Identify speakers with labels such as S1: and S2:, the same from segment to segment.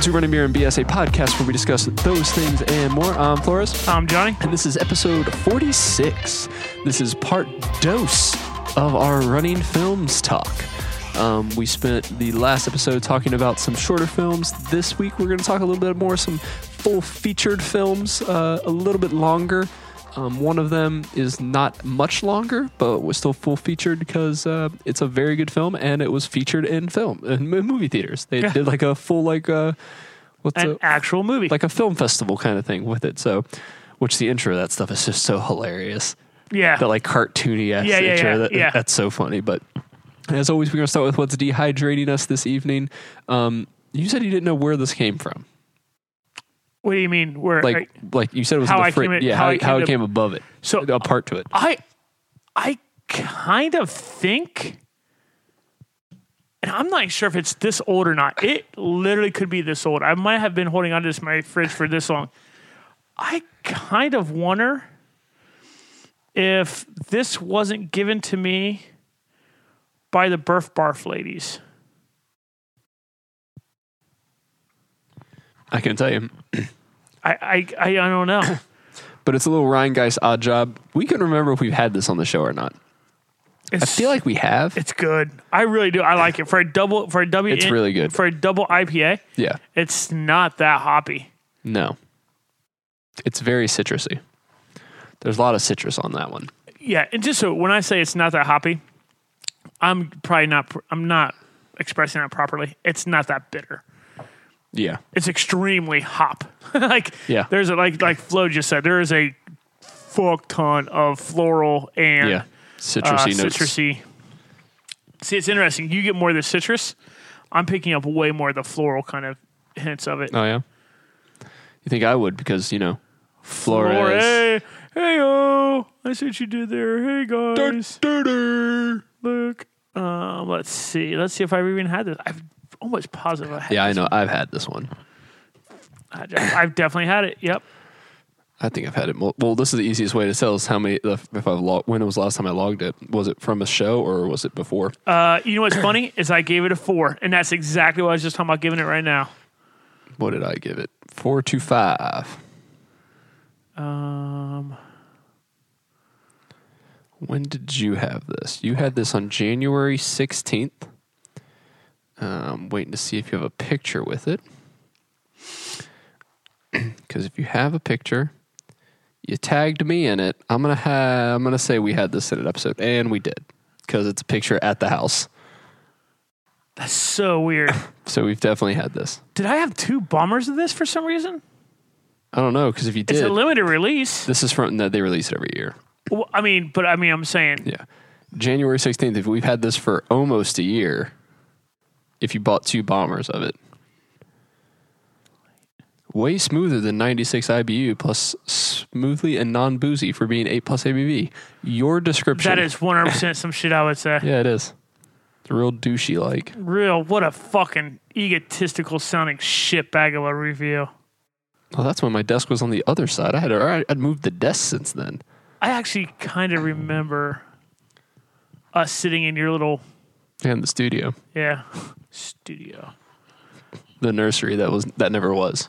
S1: to Running Beer and BS, a podcast where we discuss those things and more. I'm Flores,
S2: I'm Johnny.
S1: and this is episode 46. This is part dose of our running films talk. Um, we spent the last episode talking about some shorter films. This week, we're going to talk a little bit more, some full featured films, uh, a little bit longer. Um, one of them is not much longer, but was still full featured because uh, it's a very good film, and it was featured in film in mo- movie theaters. They
S2: Yeah.
S1: did like a full like uh, what's
S2: An
S1: it?
S2: actual movie.
S1: like a film festival kind of thing with it. So, which the intro of that stuff is just so hilarious.
S2: yeah.
S1: That like cartoony ass
S2: Yeah, yeah,
S1: intro.
S2: yeah,
S1: that,
S2: yeah.
S1: That's so funny. But as always, we're gonna start with what's dehydrating us this evening. Um, you said you didn't know where this came from.
S2: what do you mean? Where
S1: Like, like you said, it was
S2: How
S1: in
S2: I
S1: the fridge.
S2: came it-
S1: yeah,
S2: how
S1: how,
S2: I
S1: it-
S2: came
S1: how it
S2: to-
S1: came above it.
S2: So-
S1: a part to it.
S2: I I kind of think and I'm not sure if it's this old or not. It literally could be this old. I might have been holding onto this in my fridge for this long. I kind of wonder if this wasn't given to me by the Burf Barf ladies.
S1: I can tell you.
S2: I I, I don't know.
S1: But it's a little Ryan Geist odd job. We couldn't remember if we've had this on the show or not.
S2: It's,
S1: I feel like we have.
S2: It's good. I really do. I like it for a double for a W.
S1: It's really good.
S2: for a double IPA.
S1: Yeah.
S2: It's not that hoppy.
S1: No. It's very citrusy. There's a lot of citrus on that one.
S2: Yeah, and just so when I say it's not that hoppy, I'm probably not. pr- I'm not expressing that properly. It's not that bitter.
S1: Yeah.
S2: It's extremely hop. like
S1: Yeah.
S2: there's a like like Flo just said. There is a fuck ton of floral and
S1: Yeah. Citrusy
S2: uh,
S1: notes.
S2: citrusy. See, it's interesting. You get more of the citrus. I'm picking up way more of the floral kind of hints of it.
S1: Oh yeah. You think I would because you know Flores.
S2: Flores. Hey, oh, I see what you did there. Hey, guys. Look. Um, let's see. Let's see if I've even had this. I've almost positive I had
S1: Yeah, I know. I've had this one.
S2: I def- I've definitely had it. Yep.
S1: I think I've had it. mul- Well, this is the easiest way to tell is how many if I've logged. When it was the last time I logged it? Was it from a show or was it before?
S2: Uh, you know what's funny is I gave it a four, and that's exactly what I was just talking about giving it right now.
S1: What did I give it? Four to five.
S2: Um,
S1: When did you have this? You had this on January sixteenth. Um, waiting to see if you have a picture with it. Because if you have a picture, you tagged me in it. I'm gonna ha- I'm gonna say we had this in an episode, and we did because it's a picture at the house.
S2: that's so weird.
S1: So we've definitely had this.
S2: Did I have two bombers of this for some reason?
S1: I don't know because if you
S2: It's
S1: did,
S2: a limited release.
S1: this is from that they release it every year.
S2: Well, I mean, but I mean, I'm saying
S1: Yeah, January sixteenth. If we've had this for almost a year, if you bought two bombers of it, way smoother than ninety six IBU plus smoothly and non boozy for being eight plus ABV. Your description.
S2: that is 100 percent some shit I would say.
S1: Yeah, it is. It's real douchey like.
S2: Real, what a fucking egotistical sounding shit bag of a review.
S1: Oh, that's when my desk was on the other side. I had alright, I'd moved the desk since then.
S2: I actually kind of remember us sitting in your little
S1: And the studio,
S2: yeah studio.
S1: the nursery that was that never was.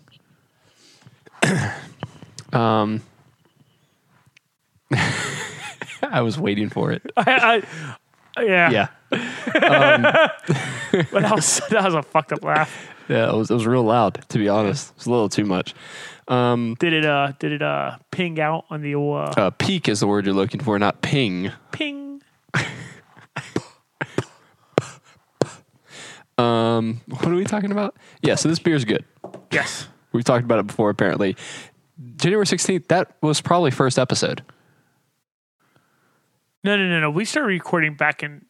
S1: um, I was waiting for it.
S2: I, I, yeah,
S1: Yeah.
S2: But that was that was a fucked up laugh.
S1: Yeah, it was, it was real loud, to be honest. It was a little too much. Um,
S2: Did it? Uh, did it? Uh, ping out on the old, uh,
S1: uh, peak is the word you're looking for, not ping.
S2: ping.
S1: Um, what are we talking about? Yeah, so this beer's good.
S2: Yes,
S1: We've talked about it before, apparently. January 16th, that was probably first episode.
S2: no, no, no, no. We started recording back in.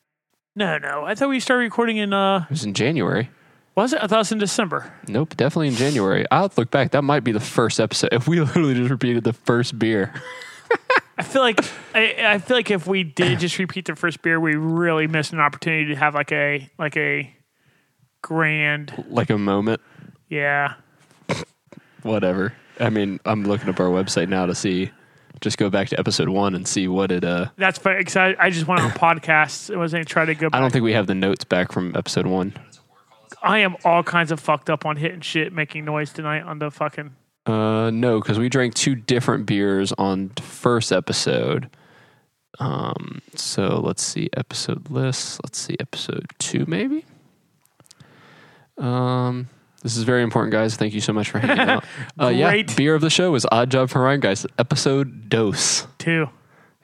S2: No, no. I thought we started recording in. Uh,
S1: It was in January.
S2: was it? I thought it was in December.
S1: Nope, definitely in January. I'll have to look back. That might be the first episode. If we literally just repeated the first beer.
S2: I feel like I, I feel like if we did just repeat the first beer, we really missed an opportunity to have like a like a grand.
S1: like a moment.
S2: Yeah.
S1: Whatever. I mean, I'm looking up our website now to see. Just go back to episode one and see what it uh
S2: That's fine. Cause I, I just went on podcasts. I wasn't trying to go.
S1: I
S2: Back.
S1: don't think we have the notes back from episode one.
S2: I am all kinds of fucked up on hitting shit, making noise tonight on the fucking.
S1: Uh, no, because we drank two different beers on the first episode. Um, so let's see episode list. Let's see episode two, maybe. Um, this is very important, guys. Thank you so much for hanging out. Uh, yeah,
S2: Great.
S1: beer of the show is Odd Job from Ryan Guys, episode dose.
S2: Two.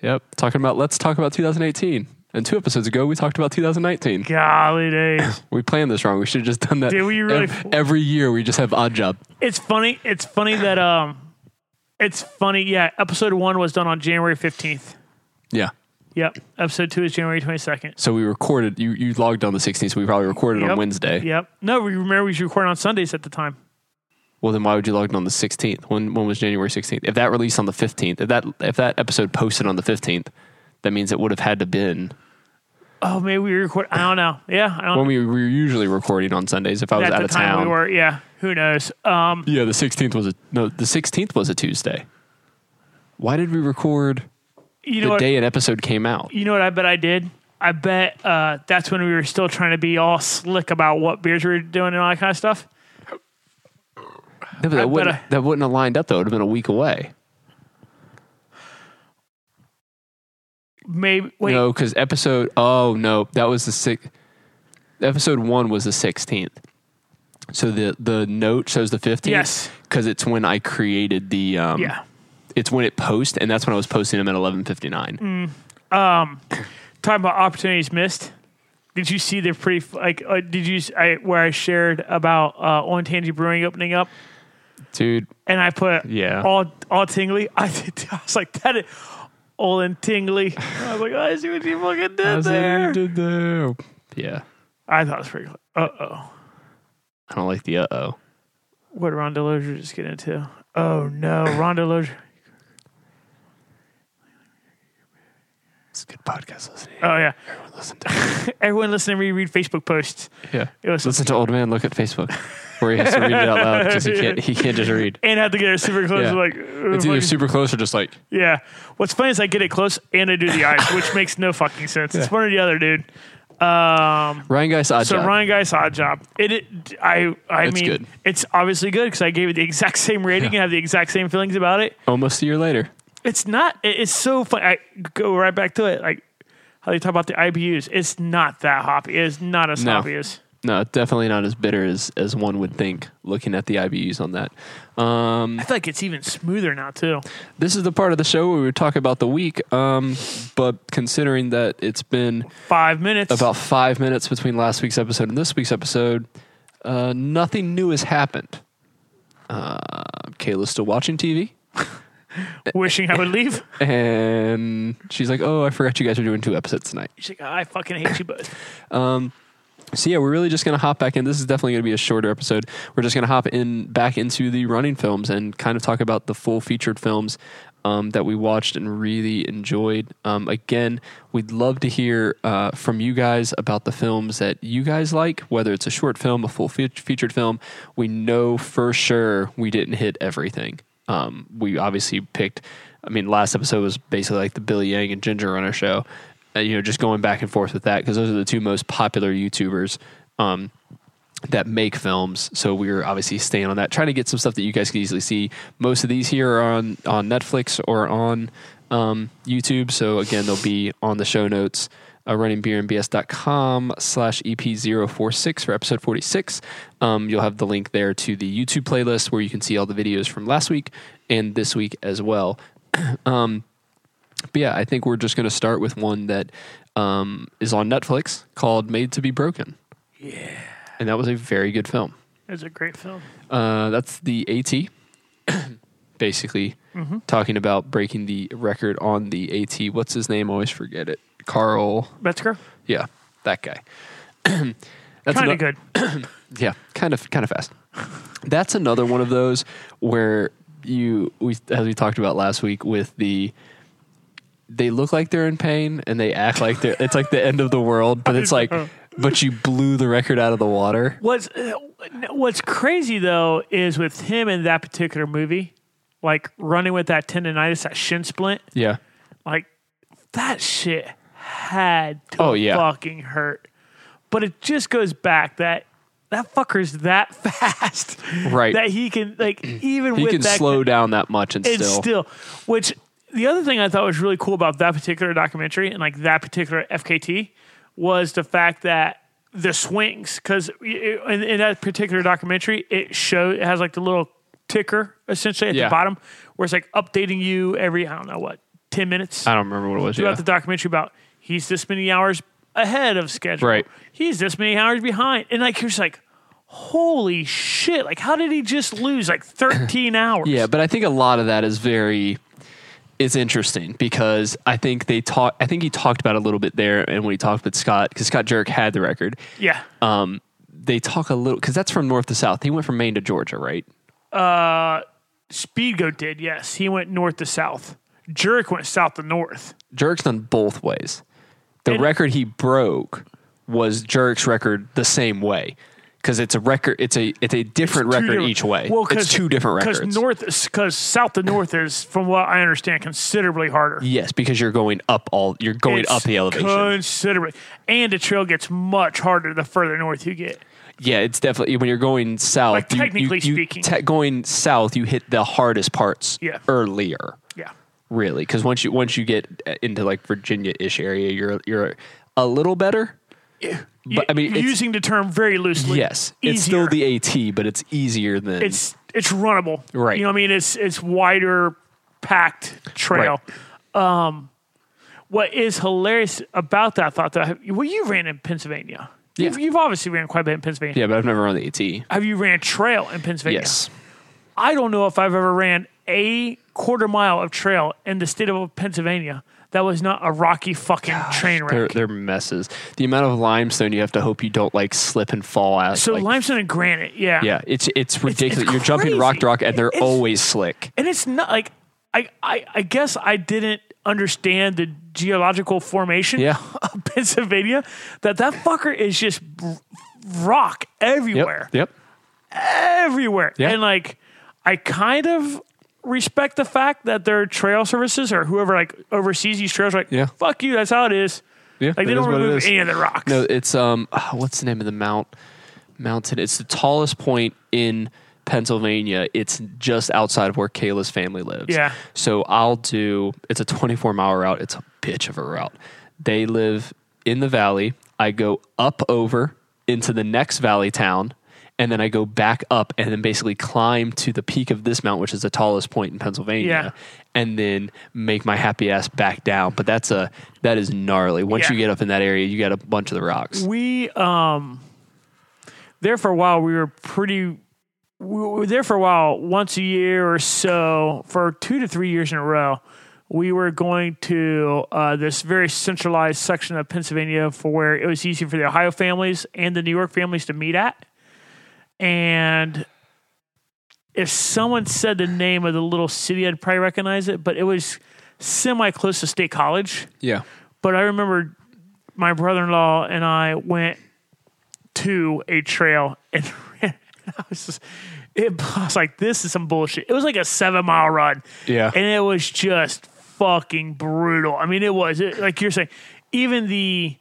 S1: Yep, talking about let's talk about 2018. And two episodes ago, we talked about 2019.
S2: Golly days.
S1: We planned this wrong. We should have just done that.
S2: Did we really-
S1: Ev- every year, we just have Odd Job.
S2: It's funny. It's funny that um, it's funny. Yeah, episode one was done on January fifteenth.
S1: Yeah.
S2: Yep. Episode two is January twenty second.
S1: So we recorded. You you logged on the 16th, so we probably recorded
S2: Yep.
S1: on Wednesday.
S2: Yep. No, we remember we should record on Sundays at the time.
S1: Well, then why would you log in on the 16th? When when was January 16th? If that released on the 15th, if that if that episode posted on the 15th, that means it would have had to been
S2: Oh, maybe we record. I don't know. Yeah, I don't.
S1: when we were usually recording on Sundays. If I was
S2: at
S1: out
S2: the
S1: of
S2: time
S1: town,
S2: we were. Yeah. Who knows? Um,
S1: yeah, the 16th was a no. The 16th was a Tuesday. Why did we record
S2: you know
S1: the
S2: what?
S1: day an episode came out?
S2: You know what? I bet I did. I bet uh, that's when we were still trying to be all slick about what beers we were doing and all that kind of stuff.
S1: No, but
S2: I
S1: that wouldn't
S2: bet I-
S1: that wouldn't have lined up though. It would have been a week away.
S2: Maybe wait.
S1: No, because episode. Oh no, that was the six. Episode one was the sixteenth. So the the note shows the fifteenth.
S2: Yes.
S1: because it's when I created the. Um,
S2: Yeah.
S1: it's when it posts, and that's when I was posting them at eleven fifty
S2: Mm.
S1: nine.
S2: talking about opportunities missed. Did you see the pretty like? Uh, did you s- I, where I shared about uh, on Tangy Brewing opening up,
S1: Dude,
S2: and I put
S1: Yeah.
S2: all all tingly. I, did, I was like that, is, all in tingly. I was like, I see what you fucking did there.
S1: did there. Yeah,
S2: I thought it was pretty. Uh oh,
S1: I don't like the uh oh.
S2: what did Ron Delosier just get into? Oh no, Ron Delosier.
S1: It's good podcast listening.
S2: Oh yeah,
S1: Everyone listen to.
S2: everyone listen and reread Facebook posts.
S1: yeah,
S2: It was
S1: listen to old man look at Facebook, where he has to read it out loud because he can't he can't just read.
S2: and I had to get it super close.
S1: Yeah.
S2: Like
S1: It's either super close or just like
S2: Yeah. What's funny is I get it close and I do the eyes, which makes no fucking sense. It's
S1: Yeah.
S2: one or the other, dude. Um,
S1: Ryan Guy's odd
S2: so
S1: job.
S2: Ryan Guy's odd job. It, it I I
S1: It's
S2: mean
S1: good.
S2: it's obviously good because I gave it the exact same rating
S1: Yeah.
S2: and have the exact same feelings about it.
S1: Almost a year later.
S2: It's not. It, it's so funny. I go right back to it. Like how they talk about the IBUs. It's not that hoppy. It is not as
S1: No.
S2: hoppy as.
S1: No, definitely not as bitter as as one would think looking at the IBUs on that. Um,
S2: I feel like it's even smoother now too.
S1: This is the part of the show where we talk about the week, um, but considering that it's been
S2: Five minutes.
S1: about five minutes between last week's episode and this week's episode, uh, nothing new has happened. Uh, Kayla's still watching TV,
S2: wishing I would leave.
S1: and she's like, "Oh, I forgot you guys are doing two episodes tonight."
S2: She's like, "Oh, I fucking hate you both.
S1: So yeah, we're really just gonna hop back in. This is definitely gonna be a shorter episode. We're just gonna hop in back into the running films and kind of talk about the full featured films um, that we watched and really enjoyed. Um, again, we'd love to hear uh, from you guys about the films that you guys like, whether it's a short film, a full fe- featured film. We know for sure we didn't hit everything. Um, we obviously picked. I mean, last episode was basically like the Billy Yang and Ginger Runner show and, uh, you know, just going back and forth with that because those are the two most popular YouTubers um, that make films. So we were obviously staying on that, trying to get some stuff that you guys can easily see. Most of these here are on on Netflix or on um, YouTube. So again, they'll be on the show notes. Uh, runningbeerandbs.com slash E ep046 for episode 46 um, you'll have the link there to the youtube playlist where you can see all the videos from last week and this week as well but yeah, I think we're just going to start with one that um, is on Netflix called Made to Be Broken. Yeah. And that was a very good film.
S2: It's a great film.
S1: Uh, that's the AT, basically talking about breaking the record on the AT. What's his name? I always forget it. Carl.
S2: Metzger,
S1: Yeah, that guy. that's
S2: kind
S1: ano-
S2: of good.
S1: yeah, kind of kind of fast. That's another one of those where you we as we talked about last week with the they look like they're in pain and they act like they're it's like the end of the world, but it's like
S2: know.
S1: but you blew the record out of the water.
S2: What's uh, What's crazy though is with him in that particular movie, like running with that tendonitis, that shin splint,
S1: Yeah.
S2: like that shit had to
S1: Oh, yeah.
S2: fucking hurt. But it just goes back that that fucker's that fast,
S1: Right.
S2: That he can like even
S1: He
S2: with
S1: can
S2: that
S1: slow down that much and,
S2: and
S1: still.
S2: still. Which the other thing I thought was really cool about that particular documentary and like that particular FKT was the fact that the swings because in, in that particular documentary it showed it has like the little ticker essentially at
S1: Yeah.
S2: the bottom where it's like updating you every I don't know what ten minutes
S1: I don't remember what it was.
S2: throughout
S1: Yeah.
S2: the documentary about he's this many hours ahead of schedule.
S1: Right.
S2: He's this many hours behind. And like you're just like, holy shit. Like how did he just lose like 13 hours?
S1: Yeah, but I think a lot of that is very is interesting because I think they talk I think he talked about it a little bit there and when he talked with Scott because Scott Jerk had the record.
S2: Yeah.
S1: Um they talk a little because that's from north to south. He went from Maine to Georgia, right?
S2: Speedgoat did, yes. He went north to south. Jurek went south to north.
S1: Jerk's done both ways. The
S2: And-
S1: record he broke was Jerk's record the same way because it's a record. It's a it's a different
S2: Two
S1: record
S2: different-
S1: each way.
S2: Well,
S1: it's
S2: 'cause-
S1: two different
S2: cause
S1: records.
S2: North, because south to north is, from what I understand, considerably harder.
S1: yes, because you're going up all you're going
S2: It's
S1: up the elevation.
S2: Considerably. And the trail gets much harder the further north you get.
S1: Yeah, it's definitely when you're going south.
S2: Like,
S1: you- you-
S2: technically
S1: you
S2: speaking.
S1: te- going south, you hit the hardest parts
S2: Yeah.
S1: earlier,
S2: Yeah.
S1: really, because once you once you get uh, into like Virginia-ish area, you're you're a little better. But, I mean,
S2: You're
S1: it's-
S2: using the term very loosely.
S1: Yes, it's still the
S2: Easier.
S1: AT, but it's easier than
S2: it's it's runnable.
S1: Right.
S2: You know what I mean? It's it's wider packed trail. Um what is hilarious about that thought though, have- well you ran in Pennsylvania.
S1: Yeah.
S2: You've, you've obviously ran quite a bit in Pennsylvania.
S1: yeah. But I've never run the AT.
S2: Have you ran trail in Pennsylvania?
S1: Yes,
S2: I don't know if I've ever ran a quarter mile of trail in the state of Pennsylvania that was not a rocky fucking train
S1: they're
S2: wreck.
S1: they're messes. The amount of limestone you have to hope you don't like slip and fall out.
S2: so
S1: like,
S2: limestone and granite, yeah.
S1: yeah, it's it's ridiculous. you're jumping
S2: crazy.
S1: rock to rock, and they're
S2: It's-
S1: always slick.
S2: and it's not like I, I I guess I didn't understand the geological formation
S1: Yeah.
S2: of Pennsylvania that that fucker is just r- rock
S1: Yep,
S2: everywhere
S1: yep.
S2: everywhere
S1: Yeah.
S2: and like I kind of respect the fact that their trail services or whoever like oversees these trails are like
S1: Yeah.
S2: fuck you that's how it is
S1: Yeah,
S2: like they
S1: that is
S2: don't
S1: what it
S2: remove
S1: is.
S2: any of the rocks
S1: No, it's um, ah, what's the name of the mount? Mountain. It's the tallest point in Pennsylvania. It's just outside of where Kayla's family lives.
S2: Yeah.
S1: So I'll do. It's a 24 mile route. It's a bitch of a route. They live in the valley. I go up over into the next valley town. And then I go back up and then basically climb to the peak of this mountain, which is the tallest point in Pennsylvania, and then make my happy ass back down. But that's a that is gnarly. Once
S2: Yeah.
S1: you get up in that area, you got a bunch of the rocks.
S2: we um there for a while we were pretty we were there for a while once a year or so for two to three years in a row we were going to uh, this very centralized section of pennsylvania for where it was easy for the ohio families and the new york families to meet at and if someone said the name of the little city i'd probably recognize it but it was semi close to state college
S1: Yeah.
S2: but I remember my brother in law and I went to a trail and ran. I was just, it, I was like, this is some bullshit. It was like a seven mile run.
S1: Yeah.
S2: And it was just fucking brutal. I mean, it was it, like you're saying, even the,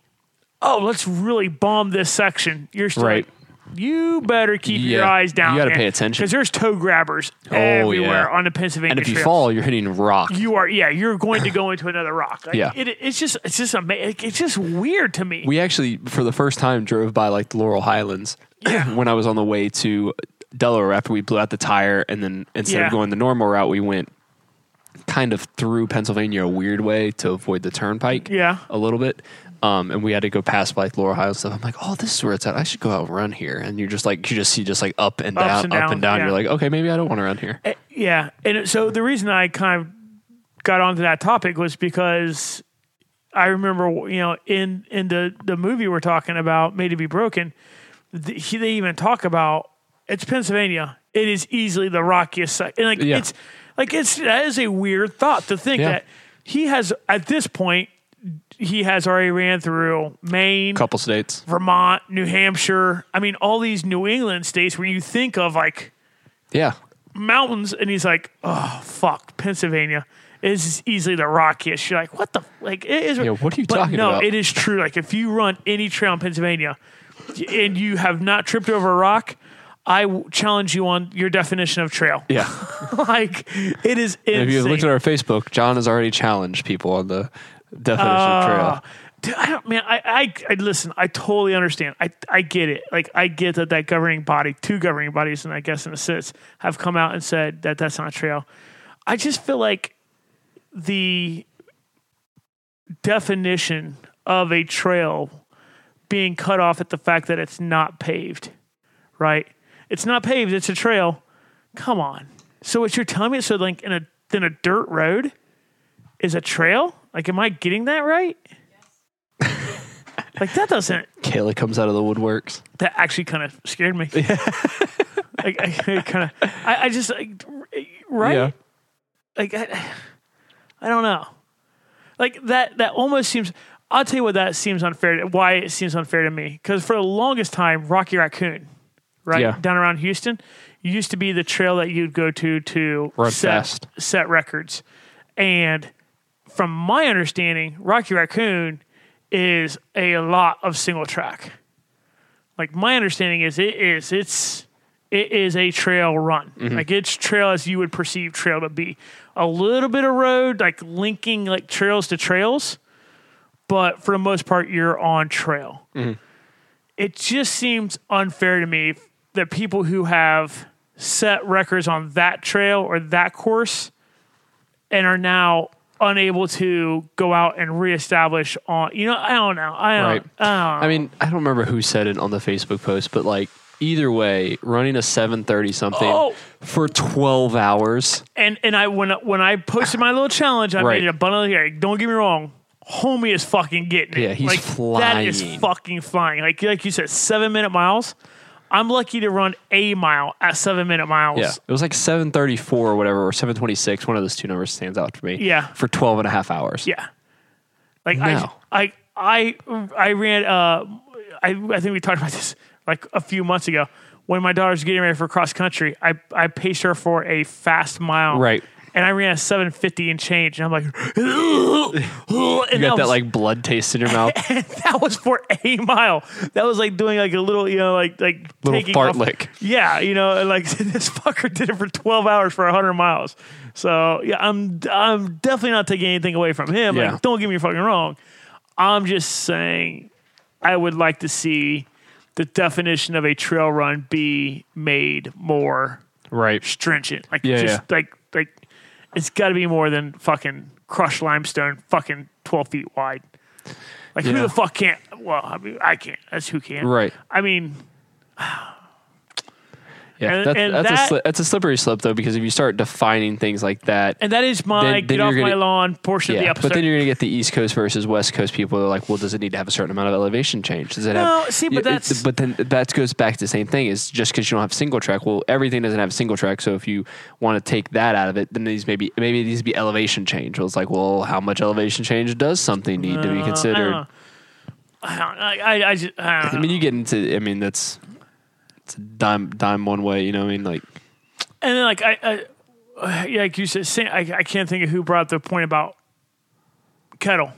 S2: oh, let's really bomb this section. You're still
S1: Right.
S2: like, you better keep your
S1: Yeah.
S2: eyes down.
S1: You gotta pay attention. Oh,
S2: because there's toe grabbers everywhere on the Pennsylvania.
S1: And if you
S2: trails
S1: fall, you're hitting rock.
S2: you are yeah you're going to go into another rock Like,
S1: Yeah.
S2: it, it's just it's just ama- like, it's just weird to me
S1: we actually, for the first time, drove by like the Laurel Highlands when I was on the way to Delaware after we blew out the tire. And then instead
S2: Yeah.
S1: of going the normal route, we went kind of through Pennsylvania a weird way to avoid the turnpike.
S2: Yeah.
S1: A little bit. Um, and we had to go past like Laurel Highlands stuff. I'm like, oh, this is where it's at. I should go out and run here. And you're just like, you just see just like up and
S2: Ups
S1: down,
S2: and
S1: up
S2: down,
S1: and down.
S2: yeah.
S1: You're like, okay, maybe I don't want to run here.
S2: Uh, yeah and it- so the reason i kind of got onto that topic was because i remember you know in in the the movie we're talking about made to be broken the, he, they even talk about it's pennsylvania it is easily the rockiest site and like
S1: Yeah.
S2: it's like it's that is a weird thought to think
S1: Yeah.
S2: that he has at this point he has already ran through maine
S1: Couple states.
S2: Vermont, New Hampshire. I mean, all these New England states where you think of like
S1: Yeah.
S2: mountains, and he's like, oh, fuck, Pennsylvania. is easily the rockiest. You're like, what the like? It is.
S1: Yeah, what are you
S2: but
S1: talking
S2: no,
S1: about?
S2: it is true. Like if you run any trail in Pennsylvania and you have not tripped over a rock, I w- challenge you on your definition of trail.
S1: Yeah.
S2: like it is insane.
S1: And if you've looked at our Facebook, John has already challenged people on the definition of
S2: Uh,
S1: trail.
S2: dude, I don't, man, I, I, I listen. I totally understand. I, I get it. Like, I get that that governing body, two governing bodies, and I guess in a sense, have come out and said that that's not trail. I just feel like the definition of a trail being cut off at the fact that it's not paved, right? It's not paved. It's a trail. Come on. So what you're telling me? So like in a then a dirt road is a trail? Like, am I getting that right? like that doesn't
S1: Kayla comes out of the woodworks.
S2: that actually kind of scared me. like I, kind of, I, I just like, right?
S1: Yeah.
S2: Like I, I don't know. Like that that almost seems. I'll tell you what that seems unfair. Why it seems unfair to me because for the longest time, Rocky Raccoon, right
S1: Yeah.
S2: down around Houston, used to be the trail that you'd go to to
S1: Run
S2: set
S1: fast.
S2: set records, and from my understanding, Rocky Raccoon is a lot of single track like my understanding is it is it's it is a trail run
S1: Mm-hmm.
S2: like it's trail as you would perceive trail to be a little bit of road like linking like trails to trails but for the most part you're on trail it just seems unfair to me that people who have set records on that trail or that course and are now unable to go out and reestablish on you know i don't know i don't,
S1: Right.
S2: I don't know
S1: I mean, I don't remember who said it on the Facebook post, but like either way, running a 730 something
S2: Oh.
S1: for 12 hours.
S2: and and I when when I posted my little challenge, I
S1: Right.
S2: made it abundantly clear. Don't get me wrong, homie is fucking getting it.
S1: Yeah, he's
S2: like, That is
S1: flying.
S2: fucking flying. Like like you said, seven minute miles. I'm lucky to run a mile at seven minute miles.
S1: Yeah. It was like 734 or whatever, or 726. One of those two numbers stands out for me.
S2: Yeah.
S1: For 12 and a half hours.
S2: Yeah. Like
S1: No.
S2: I, I, I, I ran. Uh, I, I think we talked about this like a few months ago when my daughter's getting ready for cross country. I, I paced her for a fast mile.
S1: Right.
S2: And I ran a seven fifty and change, and I'm like, and
S1: You got that
S2: was-
S1: like blood taste in your mouth.
S2: and that was for a mile. That was like doing like a little, you know, like like
S1: Little
S2: taking
S1: fart
S2: off-
S1: lick.
S2: Yeah, you know, and, like this fucker did it for twelve hours for hundred miles. So yeah, I'm I'm definitely not taking anything away from him.
S1: Yeah.
S2: Like, don't get me fucking wrong. I'm just saying, I would like to see the definition of a trail run be made more
S1: right.
S2: stringent. Like
S1: Yeah,
S2: just like like it's got to be more than fucking crushed limestone, fucking twelve feet wide. Like who
S1: Yeah.
S2: the fuck can't? Well, I mean, I can't. That's who can.
S1: Right.
S2: I mean,
S1: Yeah.
S2: And-
S1: that's,
S2: and
S1: that's,
S2: that-
S1: a sli- that's a slippery slope though, because if you start defining things like that,
S2: and that is my
S1: Then- then
S2: get
S1: you're
S2: off my
S1: gonna-
S2: lawn portion of the
S1: Yeah,
S2: episode.
S1: but then you're gonna get the East Coast versus West Coast people. They're like, well, does it need to have a certain amount of elevation change? Does it
S2: No,
S1: have?
S2: see, but
S1: Yeah, it-
S2: that's-
S1: but then that goes back to the same thing. Is just because you don't have single track, well, everything doesn't have single track. So if you want to take that out of it, then these maybe maybe it needs to be elevation change. Well, it's like, well, how much elevation change does something need to be
S2: Uh,
S1: considered? I,
S2: I don't know. I, don't, I, I just. I, don't know.
S1: mean, you get into. I mean, that's it's a dime dime one way. You know, what I mean, like
S2: and then like I, I uh, yeah, like you said, Sam, I, I can't think of who brought up the point about kettle.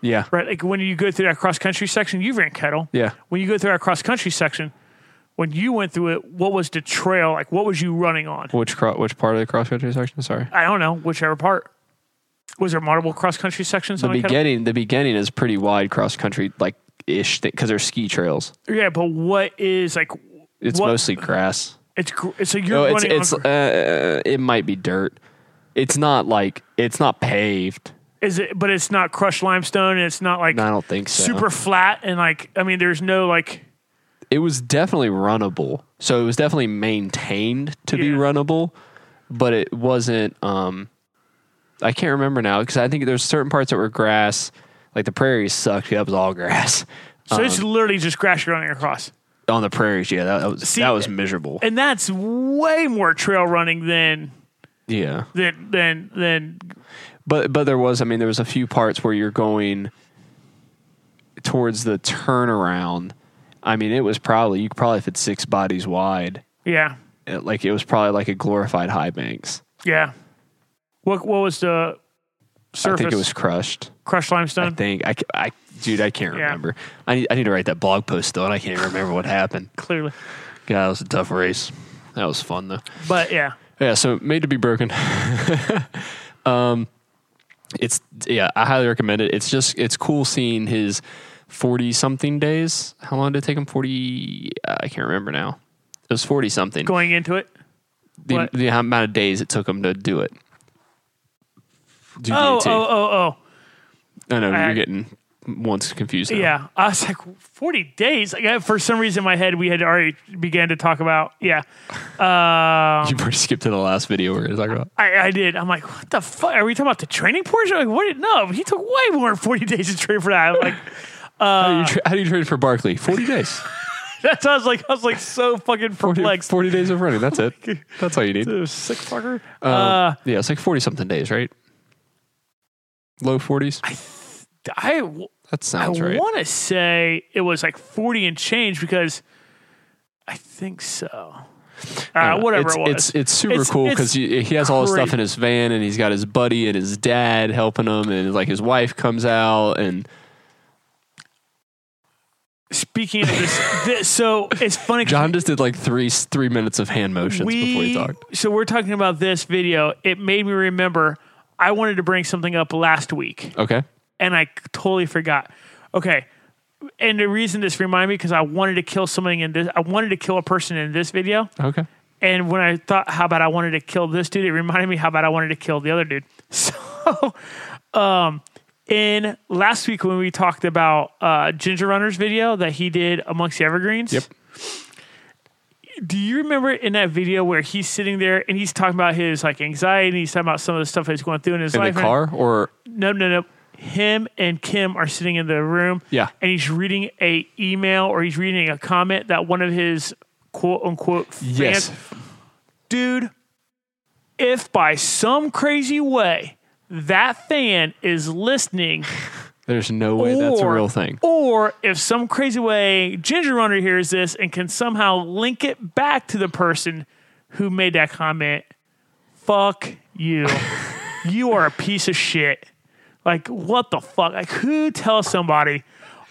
S1: yeah,
S2: right? Like when you go through that cross country section, you ran kettle.
S1: Yeah.
S2: When you go through that cross country section, when you went through it, what was the trail? Like what was you running on?
S1: Which cro- which part of the cross country section? Sorry.
S2: I don't know, whichever part. Was there multiple cross country sections
S1: The
S2: on a kettle?
S1: beginning, the beginning is pretty wide cross country, like ish, because there's ski trails.
S2: Yeah, but what is like
S1: It's
S2: what,
S1: mostly grass.
S2: it's gr- so you're
S1: No, it's
S2: running
S1: it's
S2: on,
S1: uh, it might be dirt. It's not like it's not paved.
S2: is it but it's not crushed limestone and it's not like
S1: I don't think so.
S2: super flat and like I mean there's no like
S1: It was definitely runnable, so it was definitely maintained to be
S2: Yeah.
S1: runnable, but it wasn't. Um, I can't remember now because I think there's certain parts that were grass, like the prairies sucked. That was all grass
S2: so
S1: Uh-uh.
S2: it's literally just grass you're running across.
S1: on the prairies. Yeah, that, that was that was miserable.
S2: And that's way more trail running than
S1: yeah,
S2: than than than
S1: but but there was i mean there was a few parts where you're going towards the turnaround i mean it was probably you could probably fit six bodies wide
S2: yeah.
S1: It- like it was probably like a glorified high banks
S2: Yeah. What what was the
S1: I
S2: Surface,
S1: think it was crushed.
S2: crushed
S1: I
S2: limestone.
S1: think I, ca- I dude, I can't
S2: Yeah.
S1: remember. I need, I need to write that blog post though, and I can't remember what happened.
S2: Clearly,
S1: God, that was a tough race. That was fun though.
S2: but yeah,
S1: Yeah, so made to be broken. um, it's yeah, I highly recommend it. It's just it's cool seeing his forty something days. How long did it take him? Forty? I can't remember now. It was forty something.
S2: going into it.
S1: The,
S2: what?
S1: the amount of days it took him to do it. Do
S2: Oh,
S1: DDT.
S2: oh, oh,
S1: I know
S2: I-
S1: you're getting once confused.
S2: oh,
S1: Now.
S2: yeah. I was like, forty days. Like, I- for some reason, in my head we had already began to talk about. Yeah, Um,
S1: you already skipped to the last video where it's like, about.
S2: I, I did. I'm like, what the fuck? Are we talking about the training portion? Like, what? No, he took way more than forty days to train for that. I'm like,
S1: how, do
S2: Uh,
S1: you tra- how do you train for Barkley? Forty days,
S2: that's what I was like, I was like so fucking
S1: 40,
S2: perplexed.
S1: 40 days of running. That's it. That's all you need.
S2: Uh, Sick fucker.
S1: Uh, yeah, it's like 40 something days, right? Low 40s?
S2: I
S1: That
S2: I
S1: sounds right.
S2: want to say it was like forty and change because I think so. Uh, whatever
S1: it's,
S2: it was.
S1: It's, it's super
S2: It's-
S1: cool
S2: it's
S1: because he, he has all his stuff
S2: crazy.
S1: in his van and he's got his buddy and his dad helping him and like his wife comes out and
S2: Speaking of this, this so it's funny. 'cause
S1: John just did like three three minutes of hand motions before he talked.
S2: So we're talking about this video. It made me remember I wanted to bring something up last week
S1: Okay.
S2: and I totally forgot. Okay. And the reason this reminded me because I wanted to kill something in this I wanted to kill a person in this video.
S1: Okay.
S2: And when I thought how about I wanted to kill this dude, it reminded me how about I wanted to kill the other dude. So um in last week when we talked about uh Ginger Runner's video that he did amongst the evergreens.
S1: Yep.
S2: Do you remember in that video where he's sitting there and he's talking about his like anxiety, he's talking about some of the stuff he's going through in his
S1: In the
S2: life? and-
S1: car or
S2: no, no, no. Him and Kim are sitting in the room.
S1: Yeah.
S2: And he's reading a email or he's reading a comment that one of his quote unquote fans.
S1: yes.
S2: Dude, if by some crazy way that fan is listening
S1: There's no way that's a real thing.
S2: or if some crazy way Ginger Runner hears this and can somehow link it back to the person who made that comment, fuck you. you are a piece of shit. Like, what the fuck? Like, who tells somebody,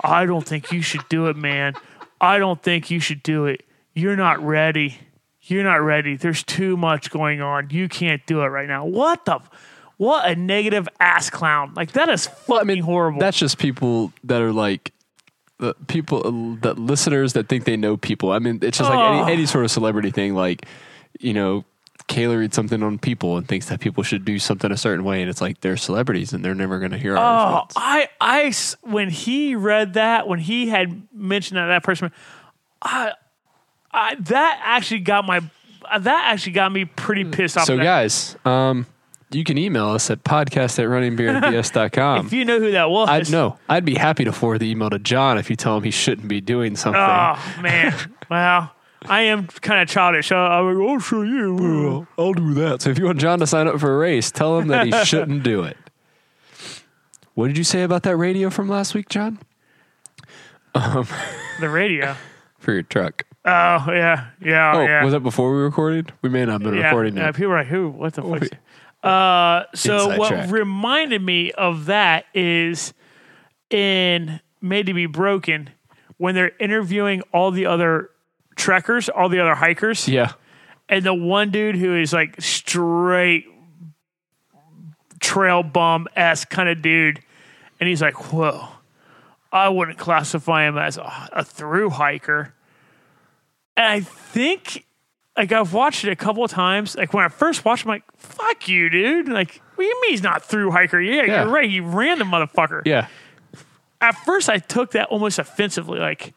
S2: I don't think you should do it, man. I don't think you should do it. You're not ready. You're not ready. There's too much going on. You can't do it right now. What the? f- What a negative ass clown. Like, that is fucking horrible.
S1: That's just people that are like the people the listeners that think they know people. I mean, it's just like
S2: Oh.
S1: any, any sort of celebrity thing. Like, you know, Kayla reads something on people and thinks that people should do something a certain way, and it's like they're celebrities and they're never going to hear. our
S2: Oh,
S1: response.
S2: I, I s- when he read that, when he had mentioned that that person, I, I, that actually got my, uh, that actually got me pretty pissed off.
S1: Mm. so
S2: at that.
S1: guys, um, you can email us at podcast at runningbeerandbs.com.
S2: if you know who that was,
S1: I know. I'd be happy to forward the email to John if you tell him he shouldn't be doing something.
S2: Oh man, well, I am kind of childish. I, I'm like, oh sure, yeah.
S1: Well, I'll do that. So if you want John to sign up for a race, tell him that he shouldn't do it. What did you say about that radio from last week, John?
S2: The radio.
S1: For your truck.
S2: Oh yeah, yeah,
S1: Oh,
S2: yeah.
S1: was that before we recorded? We may not have been
S2: yeah,
S1: recording
S2: yeah,
S1: now.
S2: people are like, who? What the fuck?
S1: we-
S2: Uh, so
S1: Inside
S2: what
S1: track.
S2: reminded me of that is in Made to Be Broken when they're interviewing all the other trekkers, all the other hikers,
S1: Yeah.
S2: and the one dude who is like straight trail bum ass kind of dude, and he's like, whoa. I wouldn't classify him as a, a through hiker. And I think, like, I've watched it a couple of times. Like, when I first watched it, I'm like, fuck you, dude. Like, what do you mean he's not through hiker? Yeah,
S1: Yeah.
S2: you're right. He ran the motherfucker.
S1: Yeah.
S2: At first, I took that almost offensively. Like,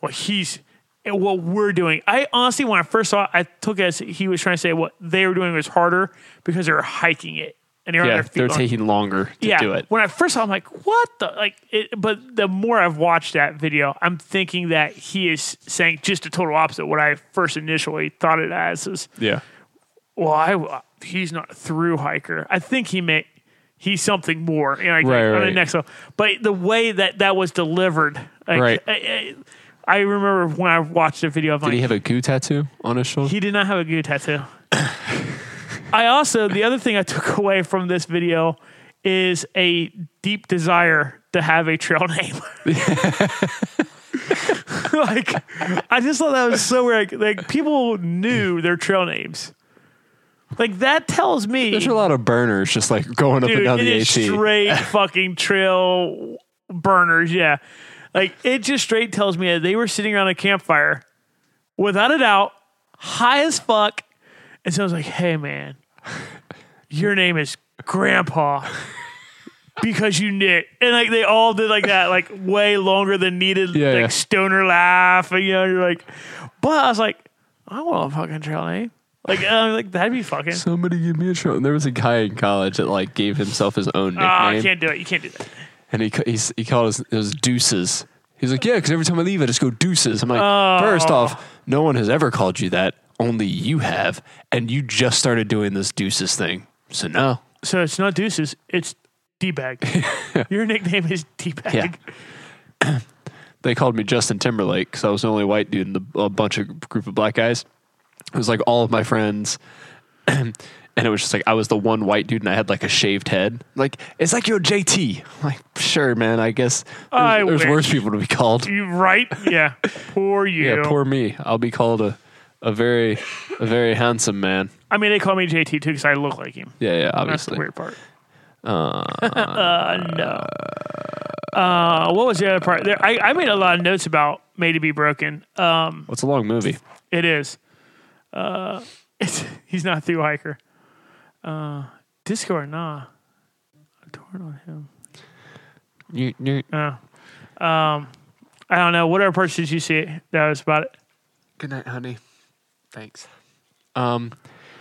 S2: what he's, and what we're doing. I honestly, when I first saw it, I took it as he was trying to say what they were doing was harder because they were hiking it. And they were on
S1: Yeah.
S2: their feet
S1: They're
S2: on-
S1: taking longer to do it.
S2: when I first saw, it, I'm like, what the like? It, but the more I've watched that video, I'm thinking that he is saying just the total opposite of what I first initially thought it as. Is
S1: Yeah.
S2: well, I uh, he's not a through hiker. I think he meant he's something more. You know, like,
S1: Right,
S2: on the
S1: right.
S2: next level. But the way that that was delivered, like,
S1: Right.
S2: I, I, I remember when I watched the video. I'm like,
S1: Did he have a goo tattoo on his shoulder?
S2: he did not have a goo tattoo. I also the other thing I took away from this video is a deep desire to have a trail name. like, I just thought that was so weird. Like, like, people knew their trail names. Like that tells me
S1: There's a lot of burners just like going up and
S2: Dude,
S1: down
S2: it
S1: the
S2: is
S1: AT.
S2: straight fucking trail burners. Yeah, like it just straight tells me that they were sitting around a campfire, without a doubt, high as fuck, and someone's like, "Hey, man, your name is Grandpa." Because you knit, and like they all did like that, like way longer than needed,
S1: Yeah,
S2: like
S1: yeah.
S2: stoner laugh, and you know, you're like, but I was like, I want a fucking trail name, like, I'm like that'd be fucking.
S1: Somebody give me a shot. And there was a guy in college that like gave himself his own nickname,
S2: Ah, I can't do it. You can't do that.
S1: and he ca- he, s- he called his, it was deuces. He's like, yeah, because every time I leave, I just go deuces. I'm like,
S2: Oh.
S1: first off, no one has ever called you that. Only you have, and you just started doing this deuces thing. So no,
S2: So it's not deuces, it's D bag. Your nickname is D bag.
S1: they called me Justin Timberlake because I was the only white dude in the, a bunch of group of black guys. It was like all of my friends, and it was just like I was the one white dude, and I had like a shaved head. Like it's like you're JT. I'm like sure, man. I guess there's,
S2: I
S1: there's
S2: wish.
S1: worse people to be called.
S2: You right? Yeah. Poor you.
S1: Yeah, poor me. I'll be called a a very a very handsome man.
S2: I mean, they call me JT too because I look like him.
S1: Yeah, yeah,
S2: That's the
S1: obviously.
S2: weird part. Uh, no. Uh, what was the other part? There, I, I made a lot of notes about "Made to Be Broken." Um,
S1: What's a long movie?
S2: it is. Uh, it's, he's not a through hiker. Uh, disco or nah? I'm torn on him. Oh.
S1: You, you,
S2: Um, I don't know. What other parts did you see? That was about it.
S1: Good night, honey. Thanks. Um,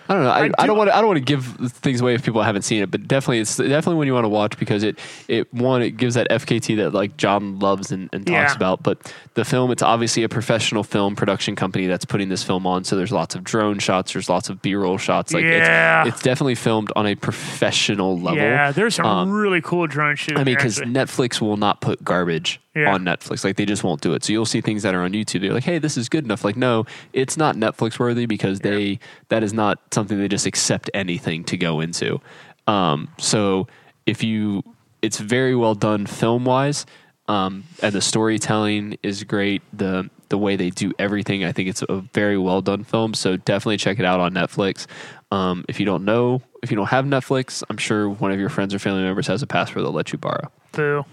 S1: I don't know. I, I,
S2: do-
S1: don't want. I don't want to give things away if people haven't seen it, but definitely, it's definitely one you want to watch because it it one it gives that FKT that like John loves and, and talks
S2: Yeah.
S1: about. But the film, it's obviously a professional film production company that's putting this film on. So there's lots of drone shots. There's lots of B-roll shots. Like
S2: Yeah.
S1: it's, it's definitely filmed on a professional level. Um,
S2: Yeah, there's some really cool drone shooting.
S1: I mean,
S2: there,
S1: because
S2: actually.
S1: Netflix will not put garbage
S2: Yeah.
S1: on Netflix. Like they just won't do it. So you'll see things that are on YouTube. They're like, "Hey, this is good enough." Like, no, it's not Netflix worthy because they that is not something they just accept anything to go into. Um, so if you, it's very well done film wise, um, and the storytelling is great. The the way they do everything, I think it's a very well done film. So definitely check it out on Netflix. Um, if you don't know, if you don't have Netflix, I'm sure one of your friends or family members has a password they'll let you borrow
S2: Boo.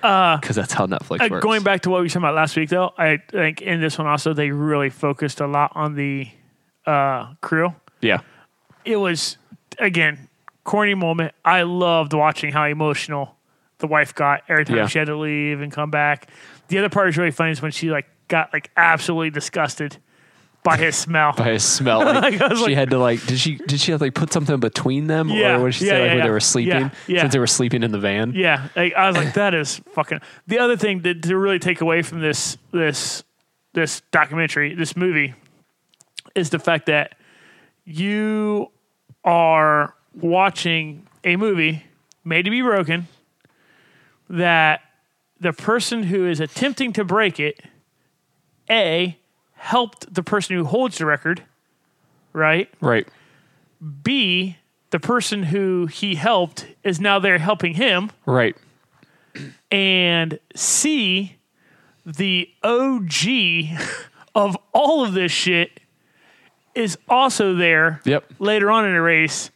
S1: because that's how Netflix
S2: Uh,
S1: works.
S2: going back to what we were talking about last week, though, I think in this one also they really focused a lot on the uh, crew.
S1: yeah,
S2: It was again corny moment. I loved watching how emotional the wife got every time
S1: Yeah.
S2: she had to leave and come back. The other part is really funny is when she like got like absolutely disgusted by his smell.
S1: by a smell. Like,
S2: Like, I was
S1: she
S2: like-
S1: had to like, did she did she have to like put something between them
S2: Yeah,
S1: or what did she
S2: yeah,
S1: say like
S2: yeah,
S1: when
S2: yeah.
S1: they were sleeping?
S2: Yeah, yeah.
S1: Since they were sleeping in the van.
S2: Yeah, like, I was like, that is fucking. The other thing that to really take away from this this this documentary, this movie, is the fact that you are watching a movie made to be broken. That the person who is attempting to break it, a helped the person who holds the record, right?
S1: Right.
S2: B the person who he helped is now there helping him
S1: Right.
S2: and C, the OG of all of this shit, is also there
S1: Yep.
S2: later on in the race,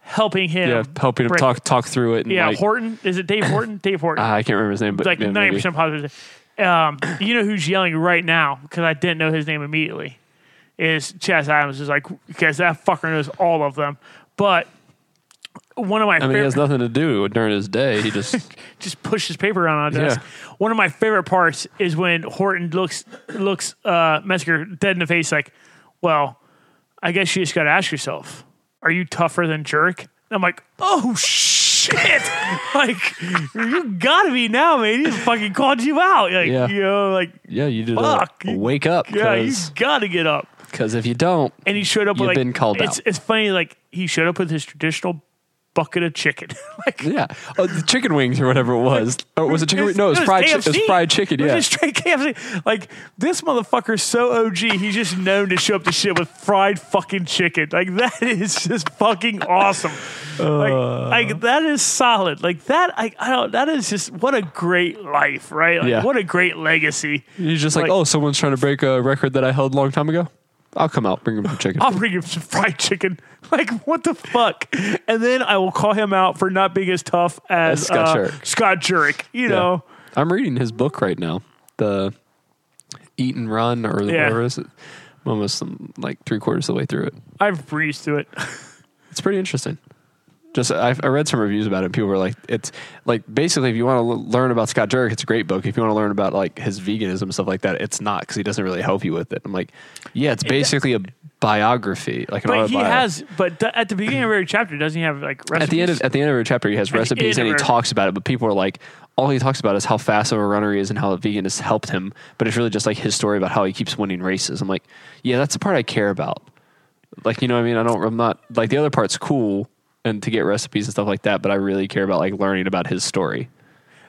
S2: helping him.
S1: Yeah. Helping him
S2: break-
S1: talk talk through it. And
S2: Yeah,
S1: like, ah,
S2: Horton. Is it Dave Horton? Dave Horton.
S1: I can't remember his name, but
S2: like
S1: yeah,
S2: ninety
S1: maybe.
S2: percent positive. Um, you know who's yelling right now because I didn't know his name immediately. Is Chaz Adams is like because that fucker knows all of them, but. One of my
S1: I mean, he
S2: favorite,
S1: has nothing to do during his day. He just
S2: just push his paper around on a
S1: Yeah.
S2: desk. One of my favorite parts is when Horton looks looks uh, Metzger dead in the face, like, "Well, I guess you just got to ask yourself, are you tougher than Jerk?" And I'm like, "Oh shit! like, you gotta be now, man. He just fucking called you out. Like,
S1: Yeah.
S2: you know, like,
S1: yeah. You did
S2: Fuck.
S1: a wake up
S2: yeah, you
S1: because
S2: gotta get up."
S1: if you don't,
S2: and he showed up with
S1: You've
S2: like
S1: been called
S2: it's,
S1: out.
S2: it's funny like he showed up with his traditional bucket of chicken. like
S1: Yeah, oh, the chicken wings or whatever it was. Or was it chicken? wings? No, it was, fried. Chi- it was
S2: KFC.
S1: fried chicken.
S2: It was
S1: Yeah,
S2: just straight KFC. Like this motherfucker's so OG, he's just known to show up to shit with fried fucking chicken. Like that is just fucking awesome. Like,
S1: Uh.
S2: like that is solid. Like that, I, I don't. That is just what a great life, right? Like,
S1: Yeah.
S2: What a great legacy.
S1: he's just like,
S2: like-
S1: oh, someone's trying to break a record that I held a long time ago. I'll come out, bring him some chicken.
S2: I'll bring him some fried chicken. Like what the fuck? And then I will call him out for not being as tough as,
S1: As Scott
S2: uh,
S1: Jurek.
S2: Scott Jurek. You
S1: Yeah.
S2: know.
S1: I'm reading his book right now, the Eat and Run or
S2: Yeah.
S1: whatever it is. I'm almost um, like three quarters of the way through it.
S2: I've breezed through it.
S1: It's pretty interesting. Just I, I read some reviews about it. And people were like, it's like basically if you want to l- learn about Scott Jurek, it's a great book. If you want to learn about like his veganism and stuff like that, it's not because he doesn't really help you with it. I'm like, yeah, it's basically a biography, like an
S2: But he
S1: autobiography.
S2: has. But th- at the beginning of every chapter, doesn't he have like recipes?
S1: at the end of at the end of every chapter, he has
S2: the
S1: recipes and
S2: end
S1: he
S2: of every-
S1: talks about it. But people are like, all he talks about is how fast of a runner he is and how a vegan has helped him. But it's really just like his story about how he keeps winning races. I'm like, yeah, that's the part I care about. Like, you know what I mean? I don't. I'm not like the other part's cool and to get recipes and stuff like that. But I really care about like learning about his story.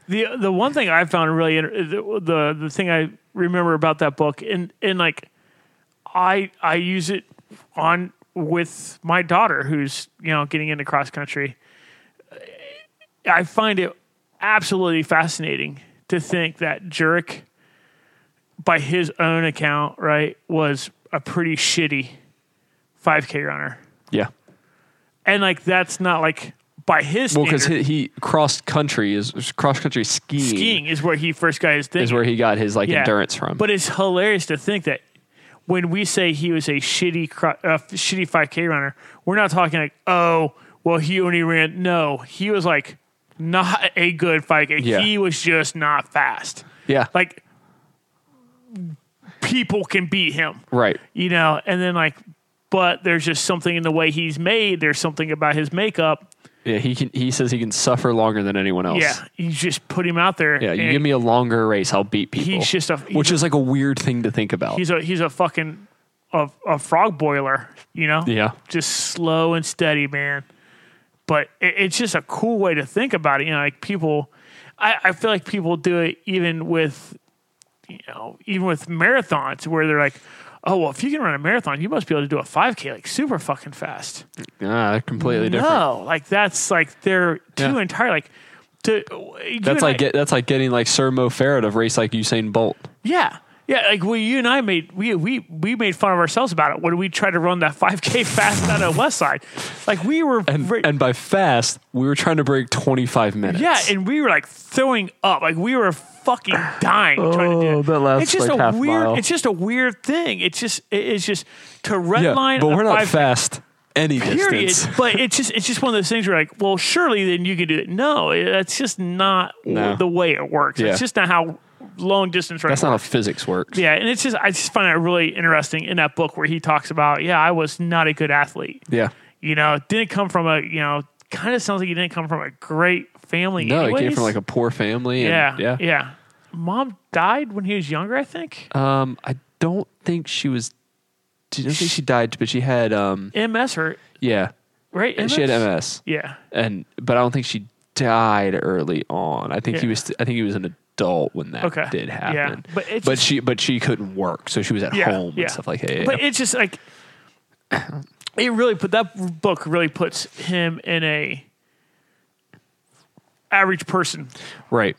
S2: the the one thing I found really inter- the, the the thing I remember about that book and and like I I use it on with my daughter who's you know getting into cross country. I find it absolutely fascinating to think that Jurek, by his own account, right, was a pretty shitty 5K runner,
S1: Yeah.
S2: and like that's not like by his
S1: Well,
S2: standards,
S1: because he, he cross country is cross country skiing,
S2: skiing is where he first got his thing.
S1: is where he got his like
S2: Yeah.
S1: endurance from.
S2: But it's hilarious to think that when we say he was a shitty, cro- uh, shitty 5K runner, we're not talking like, oh, well, he only ran. No, he was like not a good 5K.
S1: Yeah.
S2: He was just not fast.
S1: yeah.
S2: Like people can beat him,
S1: right.
S2: you know. And then like, but there's just something in the way he's made. There's something about his makeup.
S1: Yeah. He can. He says he can suffer longer than anyone else.
S2: Yeah, you just put him out there.
S1: Yeah, you
S2: and
S1: give me a longer race, I'll beat people.
S2: He's just a- he's
S1: which
S2: a-
S1: is like a weird thing to think about.
S2: he's a he's a fucking a, a frog boiler, you know.
S1: yeah,
S2: just slow and steady, man. But it, it's just a cool way to think about it. You know, like people, I, I feel like people do it even with, you know, even with marathons where they're like, oh, well, if you can run a marathon, you must be able to do a 5K like super fucking fast.
S1: ah, they're completely different.
S2: No, like that's like they're too
S1: Yeah.
S2: entire, like, to, you
S1: That's
S2: and
S1: like
S2: I-
S1: get, that's like getting like Sir Mo Farah to race like Usain Bolt.
S2: Yeah. Yeah, like we, you and I made we we we made fun of ourselves about it when we tried to run that 5K fast out of West Side, like we were
S1: And,
S2: ra-
S1: and by fast, we were trying to break 25 minutes.
S2: Yeah, and we were like throwing up, like we were fucking dying trying to do.
S1: Oh,
S2: it.
S1: that lasts
S2: it's just
S1: like
S2: a
S1: half
S2: weird.
S1: mile.
S2: It's just a weird thing. It's just it- it's just to redline.
S1: Yeah, but
S2: a
S1: we're not
S2: five-
S1: fast any
S2: Period.
S1: distance.
S2: but it's just it's just one of those things where like, well, surely then you can do it. No, it- that's just not
S1: No.
S2: the way it works.
S1: Yeah.
S2: It's just not how long distance running
S1: That's not how physics works.
S2: yeah, and it's just I just find it really interesting in that book where he talks about, yeah, I was not a good athlete.
S1: Yeah.
S2: You know, didn't come from a you know, kind of sounds like he didn't come from a great family.
S1: No, it came
S2: anyways.
S1: from like a poor family.
S2: Yeah,
S1: And, yeah.
S2: yeah. Mom died when he was younger, I think.
S1: Um, I don't think she was. I don't think she died, but she had. Um,
S2: MS or
S1: yeah,
S2: right?
S1: she had MS.
S2: Yeah,
S1: and but I don't think she died early on. I think he
S2: Yeah.
S1: was I think he was an adult when that
S2: Okay.
S1: did
S2: Yeah.
S1: happen.
S2: But it's just-
S1: she but she couldn't work, so she was at
S2: yeah,
S1: home
S2: yeah.
S1: and stuff like that. Yeah,
S2: But
S1: yeah.
S2: it's just like it really put that book really puts him in a average person
S1: right.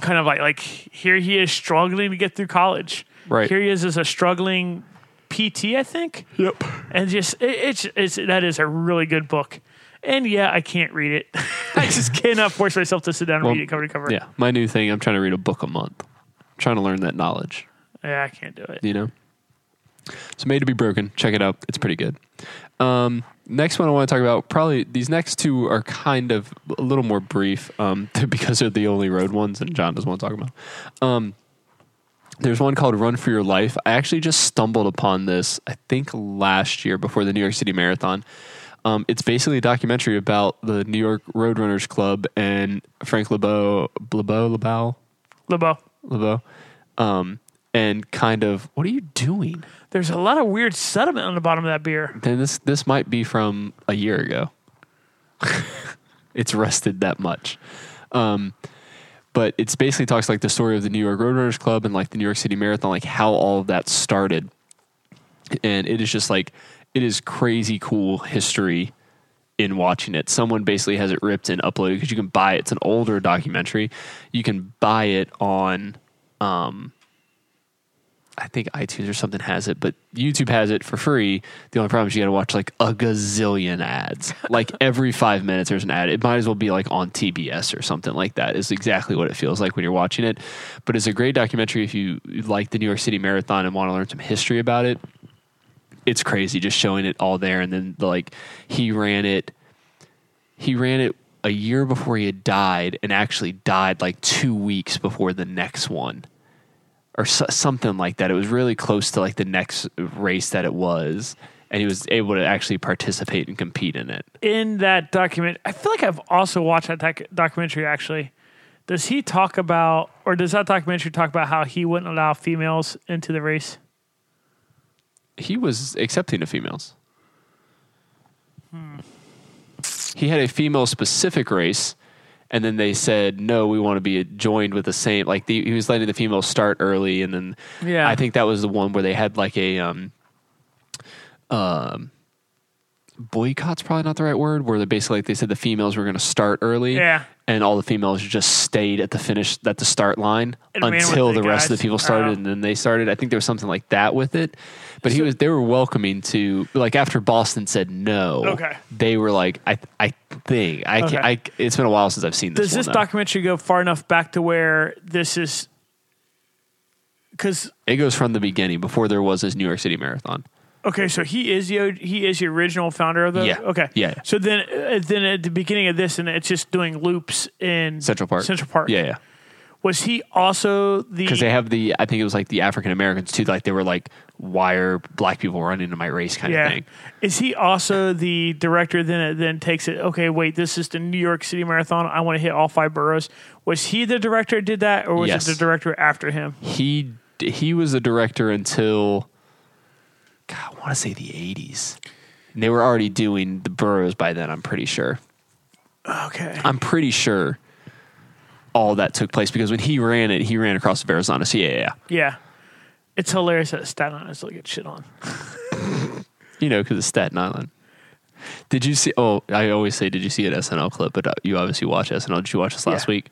S2: kind of like like here he is struggling to get through college.
S1: Right.
S2: here he is as a struggling PT, I think.
S1: Yep.
S2: and just it, it's it's that is a really good book. And yeah, I can't read it. I just cannot force myself to sit down and
S1: Well,
S2: read it cover to cover.
S1: Yeah. My new thing, I'm trying to read a book a month. I'm trying to learn that knowledge,
S2: yeah I can't do it.
S1: you know? It's made to be broken. Check it out. It's pretty good. Um, next one I want to talk about, probably these next two are kind of a little more brief um, because they're the only road ones, and John doesn't want to talk about. 'em. There's one called Run for Your Life. I actually just stumbled upon this, I think last year before the New York City Marathon. Um, it's basically a documentary about the New York Roadrunners Club and Frank LeBeau, LeBeau, LeBeau,
S2: Lebo,
S1: LeBeau, um, and kind of what are you doing?
S2: there's a lot of weird sediment on the bottom of that beer.
S1: Then this this might be from a year ago. It's rusted that much. Um, but it's basically talks like the story of the New York Roadrunners Club and like the New York City Marathon, like how all of that started. And it is just like it is crazy cool history in watching it. Someone basically has it ripped and uploaded because you can buy it. It's an older documentary. You can buy it on, um, I think iTunes or something has it, but YouTube has it for free. The only problem is you got to watch like a gazillion ads. Like every five minutes, there's an ad. It might as well be like on TBS or something like that. Is exactly what it feels like when you're watching it. But it's a great documentary if you like the New York City Marathon and want to learn some history about it it's crazy just showing it all there and then the, like he ran it he ran it a year before he had died and actually died like two weeks before the next one or so, something like that it was really close to like the next race that it was and he was able to actually participate and compete in it
S2: in that document. I feel like I've also watched that doc- documentary actually. Does he talk about, or does that documentary talk about how he wouldn't allow females into the race?
S1: he was accepting of females he had a female specific race and then they said no we want to be joined with the same like the, he was letting the females start early and then
S2: Yeah.
S1: i think that was the one where they had like a um um boycott's probably not the right word where they basically like they said the females were going to start early
S2: Yeah.
S1: and all the females just stayed at the finish at the start line
S2: And ran with
S1: until
S2: the
S1: the, rest of
S2: guys.
S1: the people started
S2: Oh.
S1: and then they started i think there was something like that with it but he was they were welcoming to like after boston said no
S2: Okay.
S1: they were like i i think i
S2: Okay.
S1: can, i it's been a while since i've seen this
S2: Does this
S1: one, though.
S2: documentary go far enough back to where this is? Because
S1: it goes from the beginning before there was this new york city marathon
S2: okay, so he is the he is the original founder of the
S1: Yeah.
S2: okay
S1: Yeah, yeah.
S2: So then uh, then at the beginning of this, and it's just doing loops in
S1: central park
S2: Central Park.
S1: yeah yeah
S2: Was he also the?
S1: because they have the i think it was like the african americans too like they were like why are black people running in my race kind
S2: Yeah.
S1: of thing
S2: Is he also the director then it then takes it, okay, wait, this is the New York City Marathon. I want to hit all five boroughs. Was he the director that did that or was
S1: Yes.
S2: it the director after him?
S1: he he was the director until God, I want to say the eighties. And they were already doing the boroughs by then. I'm pretty sure.
S2: Okay.
S1: I'm pretty sure all that took place because when he ran it, he ran across the Verrazano. So yeah, yeah, yeah.
S2: yeah. It's hilarious that Staten Island still gets shit on.
S1: you know, because it's Staten Island. Did you see? Oh, I always say, did you see an SNL clip? But uh, you obviously watch SNL. Did you watch this last
S2: Yeah.
S1: week?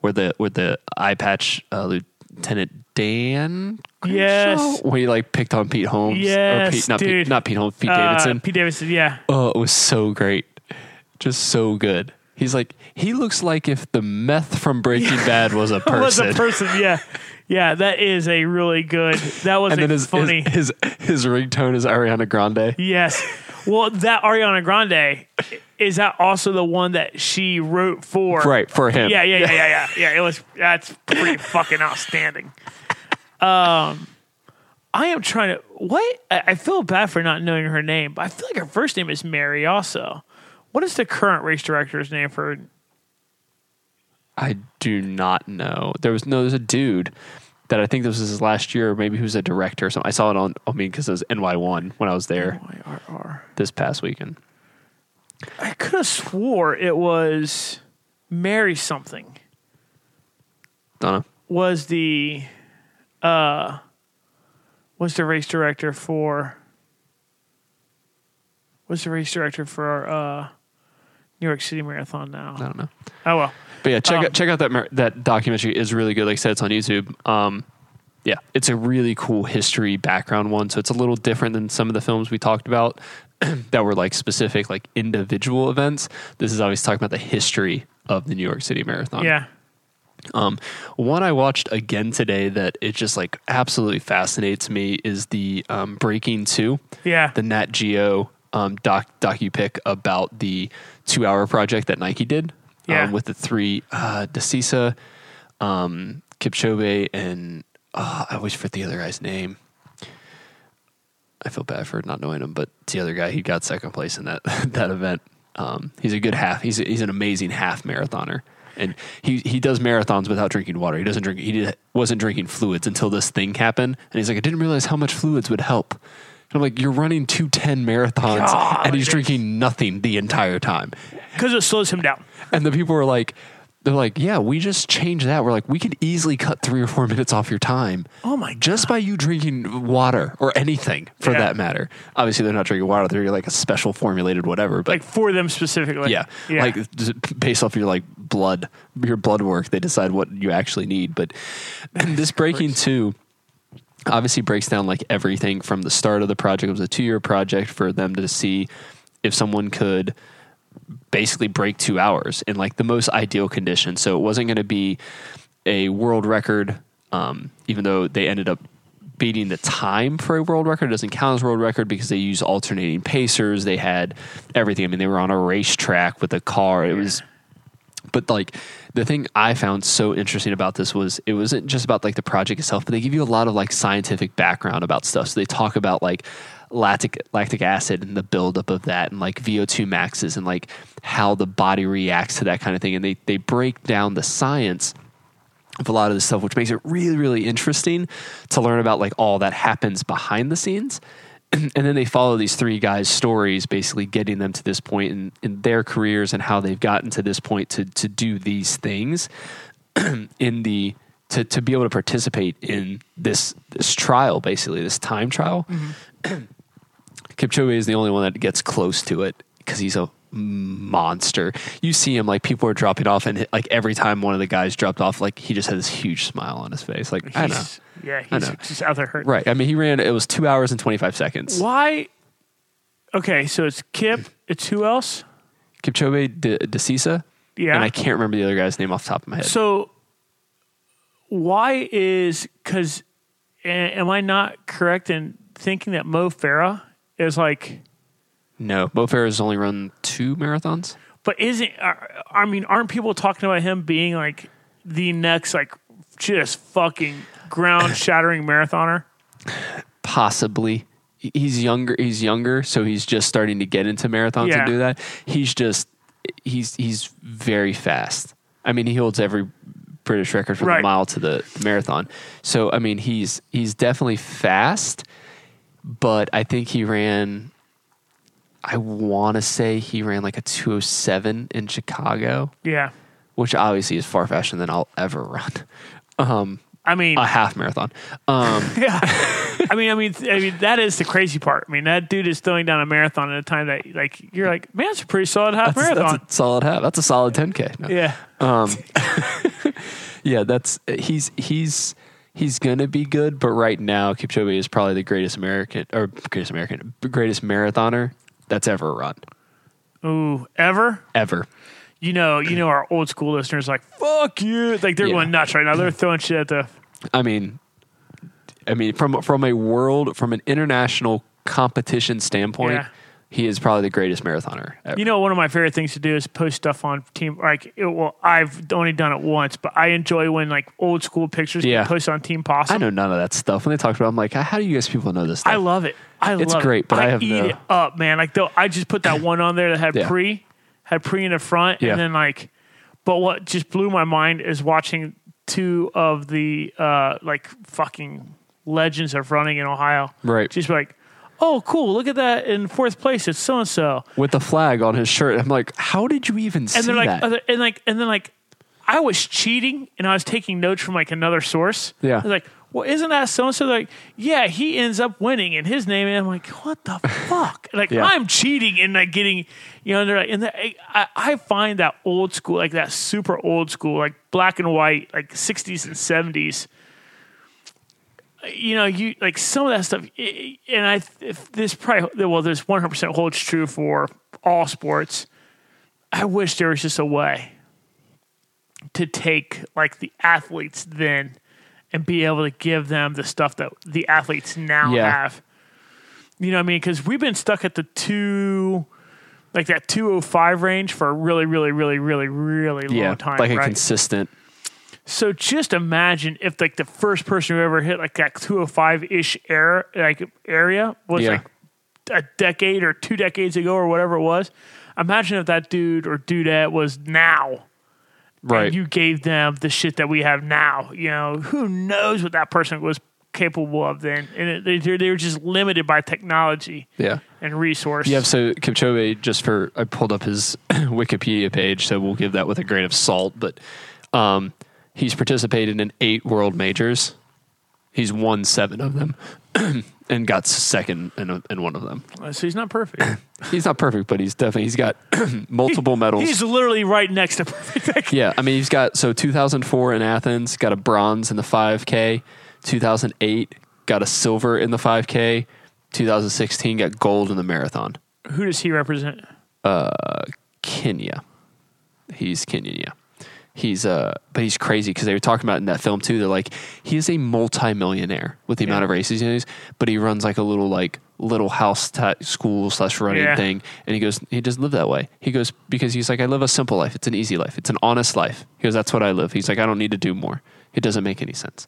S1: Where the where the eye patch uh, lieutenant Dan
S2: Yes.
S1: Where he like picked on Pete Holmes.
S2: Yes,
S1: Pete, not
S2: dude.
S1: Pete, not Pete Holmes, Pete
S2: Uh,
S1: Davidson.
S2: Pete Davidson, yeah.
S1: Oh, it was so great. Just so good. He's like, he looks like if the meth from Breaking Bad was a person.
S2: Was a person, yeah. Yeah, that is a really good. That was
S1: and
S2: a
S1: then his,
S2: funny.
S1: his his his ringtone is Ariana Grande.
S2: Yes. Well, that Ariana Grande is that also the one that she wrote for?
S1: Right, for him.
S2: Yeah, yeah, yeah, yeah, yeah. Yeah, it was that's pretty fucking outstanding. Um I am trying to what I I feel bad for not knowing her name, but I feel like her first name is Mary also. What is the current race director's name for
S1: I do not know. There was no. There's a dude that I think this was his last year. Maybe he was a director or something. I saw it on. I mean, because it was NY One when I was there
S2: YRR?
S1: this past weekend.
S2: I could have swore it was Mary something.
S1: Don't know.
S2: was the uh was the race director for was the race director for uh New York City Marathon
S1: I
S2: now.
S1: don't know.
S2: Oh well.
S1: But yeah, check
S2: Um,
S1: out check out that mer- that documentary is really good. Like I said, it's on YouTube. Um, yeah, it's a really cool history background one. So it's a little different than some of the films we talked about that were like specific like individual events. This is obviously talking about the history of the New York City Marathon.
S2: Yeah.
S1: Um, one I watched again today that it just like absolutely fascinates me is the um, Breaking Two
S2: Yeah.
S1: the Nat Geo um, doc docupic about the two hour project that Nike did
S2: Yeah.
S1: um, with the three uh, DeCisa, um, Kipchoge, and uh, I always forget the other guy's name. I feel bad for not knowing him, but the other guy he got second place in that that event. Um, he's a good half. He's a, he's an amazing half marathoner, and he he does marathons without drinking water. He doesn't drink. He did, wasn't drinking fluids until this thing happened, and he's like, I didn't realize how much fluids would help. I'm like, you're running 210 marathons
S2: God,
S1: and he's
S2: it's-
S1: drinking nothing the entire time.
S2: because it slows him down.
S1: And the people are like, they're like, yeah, we just changed that. We're like, we could easily cut three or four minutes off your time.
S2: Oh my
S1: Just by you drinking water or anything for
S2: Yeah.
S1: that matter. Obviously, they're not drinking water. They're like a special formulated whatever. But
S2: Like for them specifically.
S1: yeah. Like d- based off your like blood, your blood work, they decide what you actually need. But and this breaking two obviously breaks down like everything from the start of the project. It was a two year project for them to see if someone could basically break two hours in like the most ideal condition. So it wasn't going to be a world record, um, even though they ended up beating the time for a world record. It doesn't count as world record because they use alternating pacers. They had everything. I mean, they were on a racetrack with a car. It was but like the thing I found so interesting about this was it wasn't just about like the project itself, but they give you a lot of like scientific background about stuff. So they talk about like lactic lactic acid and the buildup of that, and like VO2 maxes, and like how the body reacts to that kind of thing. And they they break down the science of a lot of this stuff, which makes it really, really interesting to learn about like all that happens behind the scenes. And then they follow these three guys' stories, basically getting them to this point in, in their careers and how they've gotten to this point to to do these things in the to, to be able to participate in this this trial, basically, this time trial.
S2: Mm-hmm.
S1: Kipchoge is the only one that gets close to it because he's a monster. You see him like people are dropping off, and like every time one of the guys dropped off, like he just had this huge smile on his face. Like I know,
S2: He's- Yeah,
S1: I
S2: he's
S1: know.
S2: just out there hurting.
S1: right? I mean, he ran. It was two hours and twenty five seconds.
S2: Why? Okay, so it's Kip. It's who else?
S1: Kipchoge De- Decisa,
S2: Yeah.
S1: and I can't remember the other guy's name off the top of my head.
S2: So why is because am I not correct in thinking that Mo Farah is like?
S1: no, Bo Farah has only run two marathons.
S2: But isn't are- I mean, aren't people talking about him being like the next like just fucking ground shattering marathoner?
S1: possibly He- he's younger he's younger so he's just starting to get into marathons
S2: Yeah.
S1: and do that he's just he's he's very fast i mean he holds every british record from
S2: Right.
S1: the mile to the, the marathon so i mean he's he's definitely fast but i think he ran i want to say he ran like a 207 in chicago
S2: Yeah,
S1: which obviously is far faster than i'll ever run Um,
S2: I mean,
S1: a half marathon um
S2: yeah, I mean, I mean, I mean, that is the crazy part. I mean, that dude is throwing down a marathon at a time that like you're like, man, it's a pretty solid half
S1: that's,
S2: marathon.
S1: that's a solid half that's a solid 10k No.
S2: yeah,
S1: Yeah, that's he's he's he's gonna be good, but right now Kipchoge is probably the greatest American or greatest American greatest marathoner that's ever run
S2: ooh, ever.
S1: ever.
S2: You know, you know, our old school listeners like, fuck you, like they're
S1: Yeah.
S2: going nuts right now. They're throwing shit at the
S1: I mean, I mean from from a world from an international competition standpoint,
S2: Yeah.
S1: he is probably the greatest marathoner ever.
S2: You know, one of my favorite things to do is post stuff on Team. Like, it, well, I've only done it once, but I enjoy when like old school pictures
S1: Yeah.
S2: get posted on Team
S1: I
S2: Possum.
S1: know none of that stuff. When they talked about, it, I'm like, how do you guys people know this? Stuff?
S2: I love it. I
S1: It's
S2: love
S1: great,
S2: it.
S1: but I have
S2: eat
S1: no-
S2: it up, man. Like, though, I just put that one on there that had
S1: Yeah.
S2: pre, had pre in the front,
S1: Yeah.
S2: and then like, but what just blew my mind is watching two of the uh like fucking legends of running in Ohio.
S1: Right.
S2: Just like, oh, cool! Look at that in fourth place. It's so and so.
S1: With the flag on his shirt, I'm like, how did you even see
S2: and they're like
S1: that?
S2: other, and like and then like I was cheating and I was taking notes from like another source.
S1: Yeah.
S2: I was like, well, isn't that so and so? Like, yeah, he ends up winning and his name. And I'm like, what the fuck? Like,
S1: Yeah.
S2: I'm cheating and like getting, you know, and they're like, and the, I, I find that old school, like that super old school, like black and white, like 60s and 70s. You know, you like some of that stuff, i- i- and I if this probably well, this 100% holds true for all sports. I wish there was just a way to take like the athletes then and be able to give them the stuff that the athletes now
S1: Yeah.
S2: have. You know what I mean? Because we've been stuck at the two, like that 205 range for a really, really, really, really, really long
S1: yeah,
S2: time.
S1: like a
S2: right?
S1: consistent.
S2: So just imagine if like the first person who ever hit like that 205 ish era like area was
S1: Yeah.
S2: like a decade or two decades ago or whatever it was. Imagine if that dude or dudette was now.
S1: Right.
S2: And you gave them the shit that we have now. You know, who knows what that person was capable of then, and it, they they're- they were just limited by technology
S1: Yeah.
S2: and resource.
S1: Yeah, so Kipchoge, just for I pulled up his Wikipedia page, so we'll give that with a grain of salt. But um, he's participated in eight world majors. He's won seven of them, and got second in, a, in one of them.
S2: Uh, so he's not perfect.
S1: He's not perfect, but he's definitely he's got multiple medals.
S2: He's literally right next to perfect.
S1: Yeah, I mean, he's got so 2004 in Athens, got a bronze in the 5K. 2008 got a silver in the 5K. 2016 got gold in the marathon.
S2: Who does he represent?
S1: Kenya. He's Kenyan, yeah. He's uh, but he's crazy because they were talking about it in that film too. They're like, he is a multimillionaire with the amount of races he knows, but he runs like a little like little house ti- school slash running
S2: Yeah.
S1: thing. And he goes, he doesn't live that way. He goes because he's like, I live a simple life. It's an easy life. It's an honest life. He goes, that's what I live. He's like, I don't need to do more. It doesn't make any sense.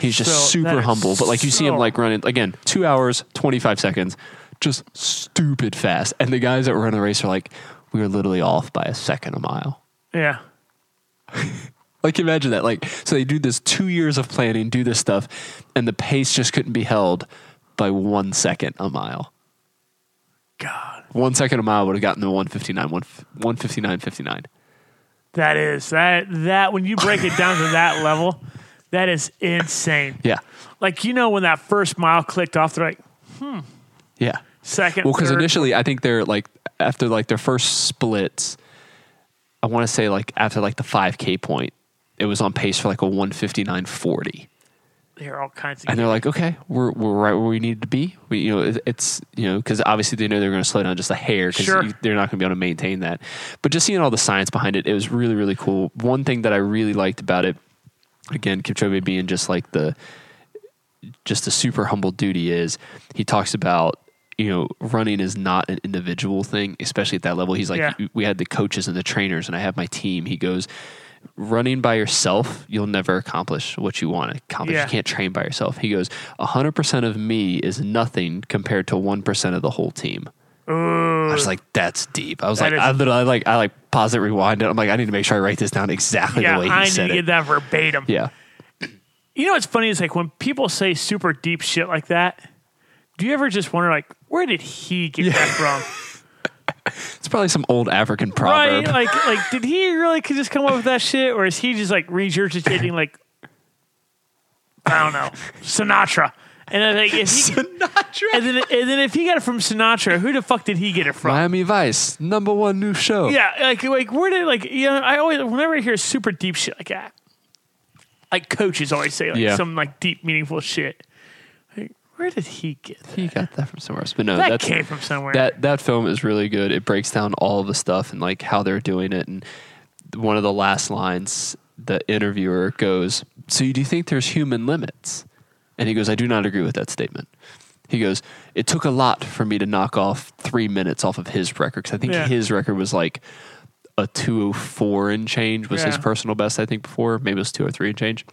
S1: He's just
S2: So, that
S1: super
S2: is
S1: humble, but like you see him
S2: so-
S1: like running again, two hours, 25 seconds, just stupid fast. And the guys that run the race are like, we were literally off by a second a mile.
S2: Yeah.
S1: Like imagine that. Like, so they do this two years of planning, do this stuff, and the pace just couldn't be held by one second a mile.
S2: God.
S1: One second a mile would have gotten to 159, 159, 59.
S2: That is that that when you break it down to that level, that is insane.
S1: Yeah.
S2: Like you know when that first mile clicked off, they're like
S1: Yeah.
S2: second.
S1: Well, because
S2: third.
S1: initially, I think they're like after like their first splits. I want to say like after like the five k point, it was on pace for like a one fifty nine forty,
S2: there are all kinds of
S1: and they're like, okay, we're we're right where we need to be. We you know it, it's you know because obviously they know they're going to slow down just a hair because
S2: Sure.
S1: they're not going to be able to maintain that. But just seeing all the science behind it, it was really really cool. One thing that I really liked about it, again, Kipchoge being just like the just the super humble dude he is. He talks about you know running is not an individual thing, especially at that level. He's like,
S2: Yeah.
S1: we had the coaches and the trainers, and I have my team. He goes, running by yourself, you'll never accomplish what you want to accomplish.
S2: Yeah.
S1: You can't train by yourself. He goes, hundred percent of me is nothing compared to one percent of the whole team. I was like, that's deep. I was
S2: That
S1: like,
S2: is-
S1: I literally like, I like pause it, rewind it. I'm like, I need to make sure I write this down exactly
S2: yeah.
S1: the way he
S2: I need
S1: said
S2: to
S1: it.
S2: get that verbatim.
S1: Yeah,
S2: You know what's funny is like when people say super deep shit like that. Do you ever just wonder like where did he get that from?
S1: it's probably some old African proverb.
S2: Right? Like like did he really could just come up with that shit, or is he just like regurgitating like I don't know Sinatra? And I think if he,
S1: Sinatra.
S2: and then and then if he got it from Sinatra, who the fuck did he get it from?
S1: Miami Vice, number one new show.
S2: Yeah, like like where did like you know I always whenever I hear super deep shit like that, like coaches always say like
S1: Yeah.
S2: some like deep meaningful shit. Like, where did he get that?
S1: He got that from somewhere else. But no,
S2: That
S1: that's,
S2: came from somewhere.
S1: that that film is really good. It breaks down all the stuff and like how they're doing it. And one of the last lines, the interviewer goes, "So you do think there's human limits?" And he goes, "I do not agree with that statement." He goes, "It took a lot for me to knock off three minutes off of his record because I think
S2: Yeah.
S1: his record was like a 204 and change was his
S2: Yeah.
S1: personal best. I think before maybe it was 203 and change."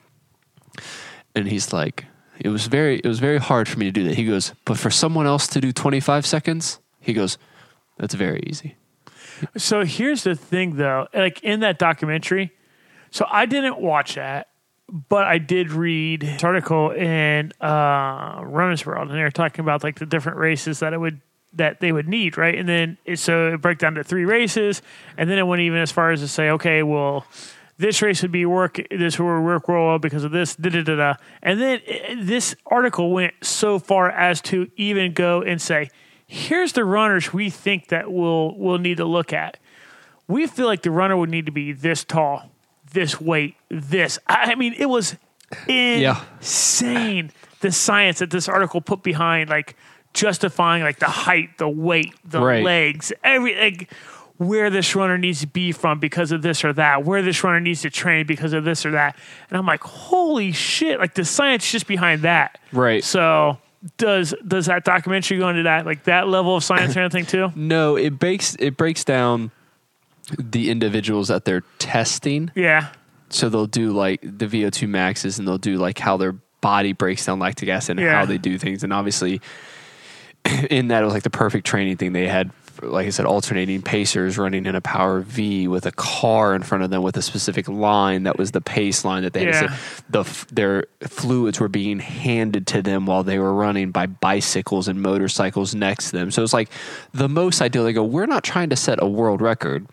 S1: and he's like it was very it was very hard for me to do that he goes but for someone else to do 25 seconds he goes that's very easy
S2: so here's the thing though, like in that documentary, so I didn't watch that, but I did read this article in uh Runner's World, and they were talking about like the different races that it would that they would need, right? And then it, so it broke down to three races, and then it went even as far as to say, okay, well, this race would be work this would work real well because of this da da da da, and then eh, this article went so far as to even go and say. Here's the runners we think that we'll we'll need to look at we feel like the runner would need to be this tall, this weight, this. I I mean, it was insane the science that this article put behind, like justifying like the height, the weight, the
S1: Right.
S2: legs, every like where this runner needs to be from because of this or that, where this runner needs to train because of this or that. And I'm like, holy shit! Like the science just behind that,
S1: Right.
S2: So. Does does that documentary go into that like that level of science or anything too?
S1: no it breaks it breaks down the individuals that they're testing
S2: Yeah,
S1: so they'll do like the VO2 maxes and they'll do like how their body breaks down lactic acid and
S2: Yeah.
S1: how they do things. And obviously, in that, it was like the perfect training thing. They had like I said, alternating pacers running in a power V with a car in front of them with a specific line that was the pace line that they had to
S2: Yeah.
S1: say. The, f- their fluids were being handed to them while they were running by bicycles and motorcycles next to them. So it's like the most ideal. They go, we're not trying to set a world record.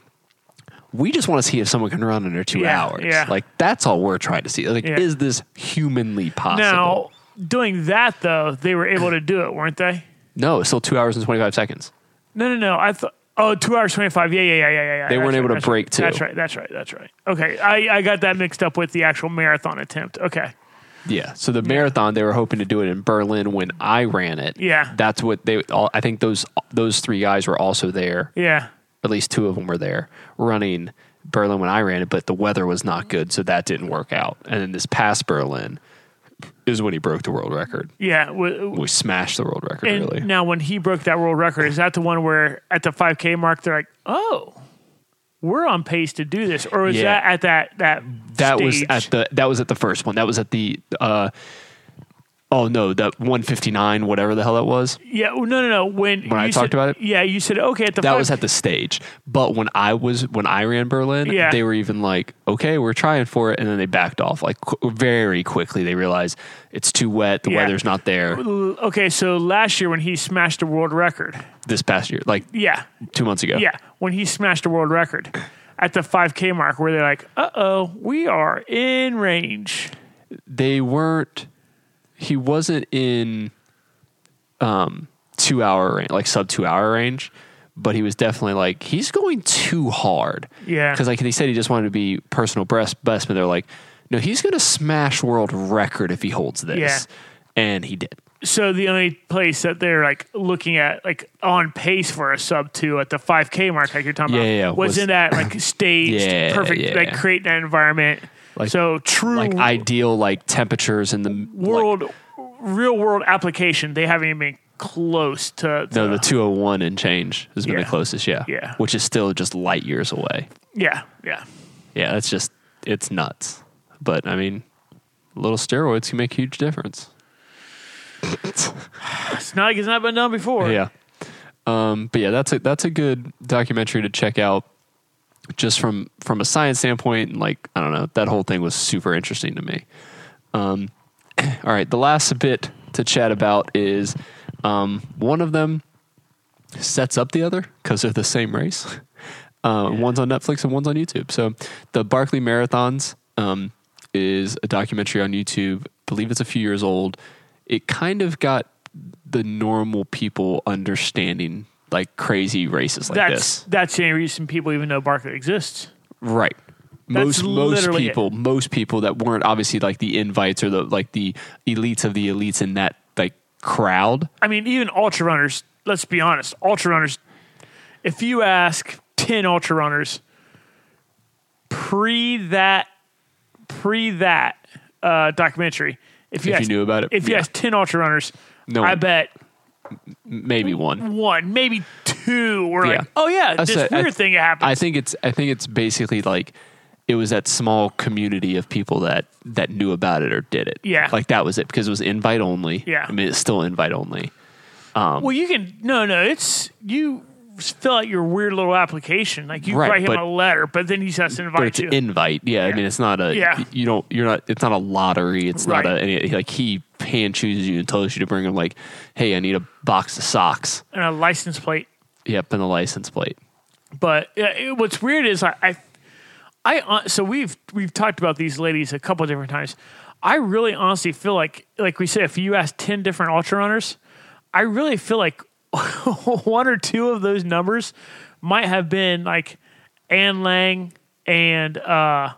S1: We just want to see if someone can run under two
S2: Yeah,
S1: hours.
S2: yeah.
S1: Like that's all we're trying to see. Like,
S2: Yeah.
S1: is this humanly possible?
S2: Now, doing that though, they were able to do it, weren't they?
S1: No, it's still two hours and twenty five seconds.
S2: No, no, no. I thought. Oh, two hours twenty five. Yeah, yeah, yeah, yeah, yeah, yeah.
S1: They weren't
S2: That's
S1: able to
S2: right, that's
S1: break
S2: right.
S1: two.
S2: That's right. That's right. That's right. Okay, I, I got that mixed up with the actual marathon attempt. Okay,
S1: Yeah. So the marathon, they were hoping to do it in Berlin when I ran it.
S2: Yeah.
S1: That's what they. All, I think those those three guys were also there.
S2: yeah,
S1: At least two of them were there running Berlin when I ran it, but the weather was not good, so that didn't work out. And then this past Berlin is when he broke the world record.
S2: yeah. W-
S1: We smashed the world record.
S2: And
S1: really.
S2: now, when he broke that world record, is that the one where at the five k mark they're like, oh, we're on pace to do this, or is
S1: Yeah.
S2: that at that that
S1: that
S2: stage?
S1: was at the that was at the first one. That was at the. uh Oh no, that 159, whatever the hell that was.
S2: yeah oh, no no no when
S1: When I
S2: you
S1: talked
S2: said-
S1: about it?
S2: yeah you said okay at the
S1: that
S2: 5K
S1: was at the stage. But when I was when I ran Berlin,
S2: Yeah.
S1: they were even like, "Okay, we're trying for it," and then they backed off like qu- very quickly. They realized it's too wet, the
S2: Yeah.
S1: weather's not there.
S2: okay so last year when he smashed the world record
S1: This past year, like
S2: yeah
S1: two months ago,
S2: Yeah, when he smashed a world record at the 5K mark, where they're like, "Uh oh, we are in range."
S1: they weren't. He wasn't in um two hour range, like sub two hour range, but he was definitely like he's going too hard.
S2: Yeah.
S1: because like they said, he just wanted to be personal best best, but they're like, no, he's going to smash world record if he holds this.
S2: Yeah.
S1: And he did.
S2: So the only place that they're like looking at, like on pace for a sub two at the 5K mark, like you're talking
S1: Yeah,
S2: about,
S1: yeah, yeah.
S2: was,
S1: Was-
S2: in that like staged,
S1: Yeah,
S2: perfect,
S1: yeah.
S2: like creating that environment.
S1: Like-
S2: so true
S1: like ideal like temperatures in the like,
S2: world, real world application. They haven't even been close to. to
S1: no the 201 and change has been
S2: Yeah.
S1: the closest yeah
S2: Yeah.
S1: which is still just light years away
S2: yeah, yeah,
S1: yeah that's just it's nuts but i mean little steroids can make a huge difference
S2: it's not like it's not been done before.
S1: yeah um but yeah that's a that's a good documentary to check out just from from a science standpoint and like i don't know that whole thing was super interesting to me um all right the last bit to chat about is um one of them sets up the other because they're the same race uh, one's on netflix and one's on youtube so the barkley marathons um is a documentary on youtube believe it's a few years old it kind of got the normal people understanding like crazy races like
S2: that's
S1: this
S2: that's the only reason people even know Barkley exists.
S1: Right. Most
S2: That's
S1: most
S2: literally it.
S1: people, most people that weren't obviously like the invites or the like the elites of the elites in that like crowd.
S2: I mean, even ultra runners, let's be honest, ultra runners, if you ask 10 ultra runners pre that, pre that uh, documentary, if you,
S1: If you
S2: ask-
S1: knew about it,
S2: if you
S1: yeah.
S2: ask 10 ultra runners,
S1: No
S2: I
S1: one-
S2: bet
S1: Maybe one.
S2: one, maybe two were
S1: Yeah.
S2: like, oh yeah,
S1: I
S2: this
S1: said- I-
S2: weird thing happened.
S1: I think it's I think it's basically like it was that small community of people that that knew about it or did it.
S2: Yeah.
S1: Like that was it because it was invite only.
S2: Yeah.
S1: I mean it's still invite only.
S2: well, you can, no, no, it's, you fill out your weird little application. Like you
S1: Right,
S2: write him
S1: but-
S2: a letter, but then he has to
S1: But
S2: invite
S1: it's
S2: you.
S1: invite. Yeah, I mean it's not a
S2: Yeah.
S1: you don't you're not it's not a lottery. It's not
S2: Right.
S1: a any, like he hand chooses you and tells you to bring him like, hey, I need a box of socks.
S2: and a license plate.
S1: Yep, and the license plate.
S2: But uh, it, what's weird is I, I, I hon- so we've we've talked about these ladies a couple different times. I really honestly feel like, like we said, if you ask ten different ultra runners, I really feel like one or two of those numbers might have been like Ann Lang and uh, um,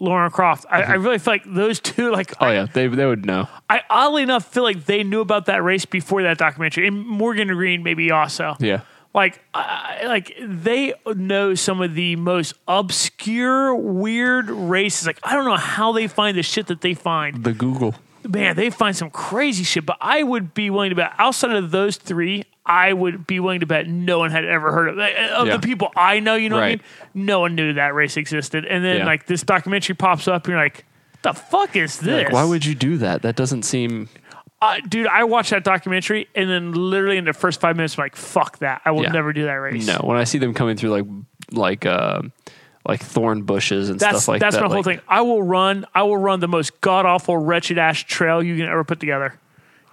S2: Lauren Croft. I, I really feel like those two, like
S1: Oh yeah, they they would know.
S2: I oddly enough feel like they knew about that race before that documentary, and Morgan Green maybe also
S1: Yeah,
S2: like I like they know some of the most obscure weird races like i don't know how they find the shit that they find
S1: the Google.
S2: man they find some crazy shit but i would be willing to bet outside of those three i would be willing to bet no one had ever heard of like, of
S1: Yeah.
S2: the people i know you know
S1: Right.
S2: what i mean no one knew that race existed and then
S1: Yeah.
S2: like this documentary pops up and you're like the fuck is this
S1: Like, why would you do that? That doesn't seem
S2: uh, dude, I watched that documentary, and then literally in the first five minutes, I'm like, "Fuck that! I will
S1: Yeah.
S2: never do that race."
S1: No, when I see them coming through like like uh, like thorn bushes and
S2: that's
S1: stuff like
S2: that's
S1: that,
S2: my whole
S1: like,
S2: thing. I will run. I will run the most god awful, wretched ass trail you can ever put together.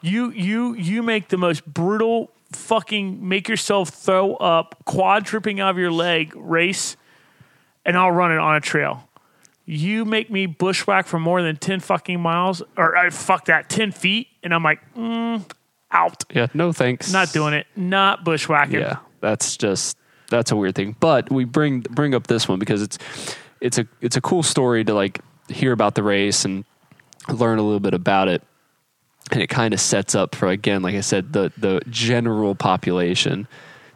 S2: You you you make the most brutal fucking make yourself throw up, quad tripping out of your leg race, and I'll run it on a trail. You make me bushwhack for more than ten fucking miles, or I fuck that ten feet, and I'm like, mm, out.
S1: Yeah, no thanks.
S2: Not doing it. Not bushwhacking.
S1: Yeah, that's just that's a weird thing. But we bring bring up this one because it's it's a it's a cool story to like hear about the race and learn a little bit about it. And it kind of sets up for again, like I said, the the general population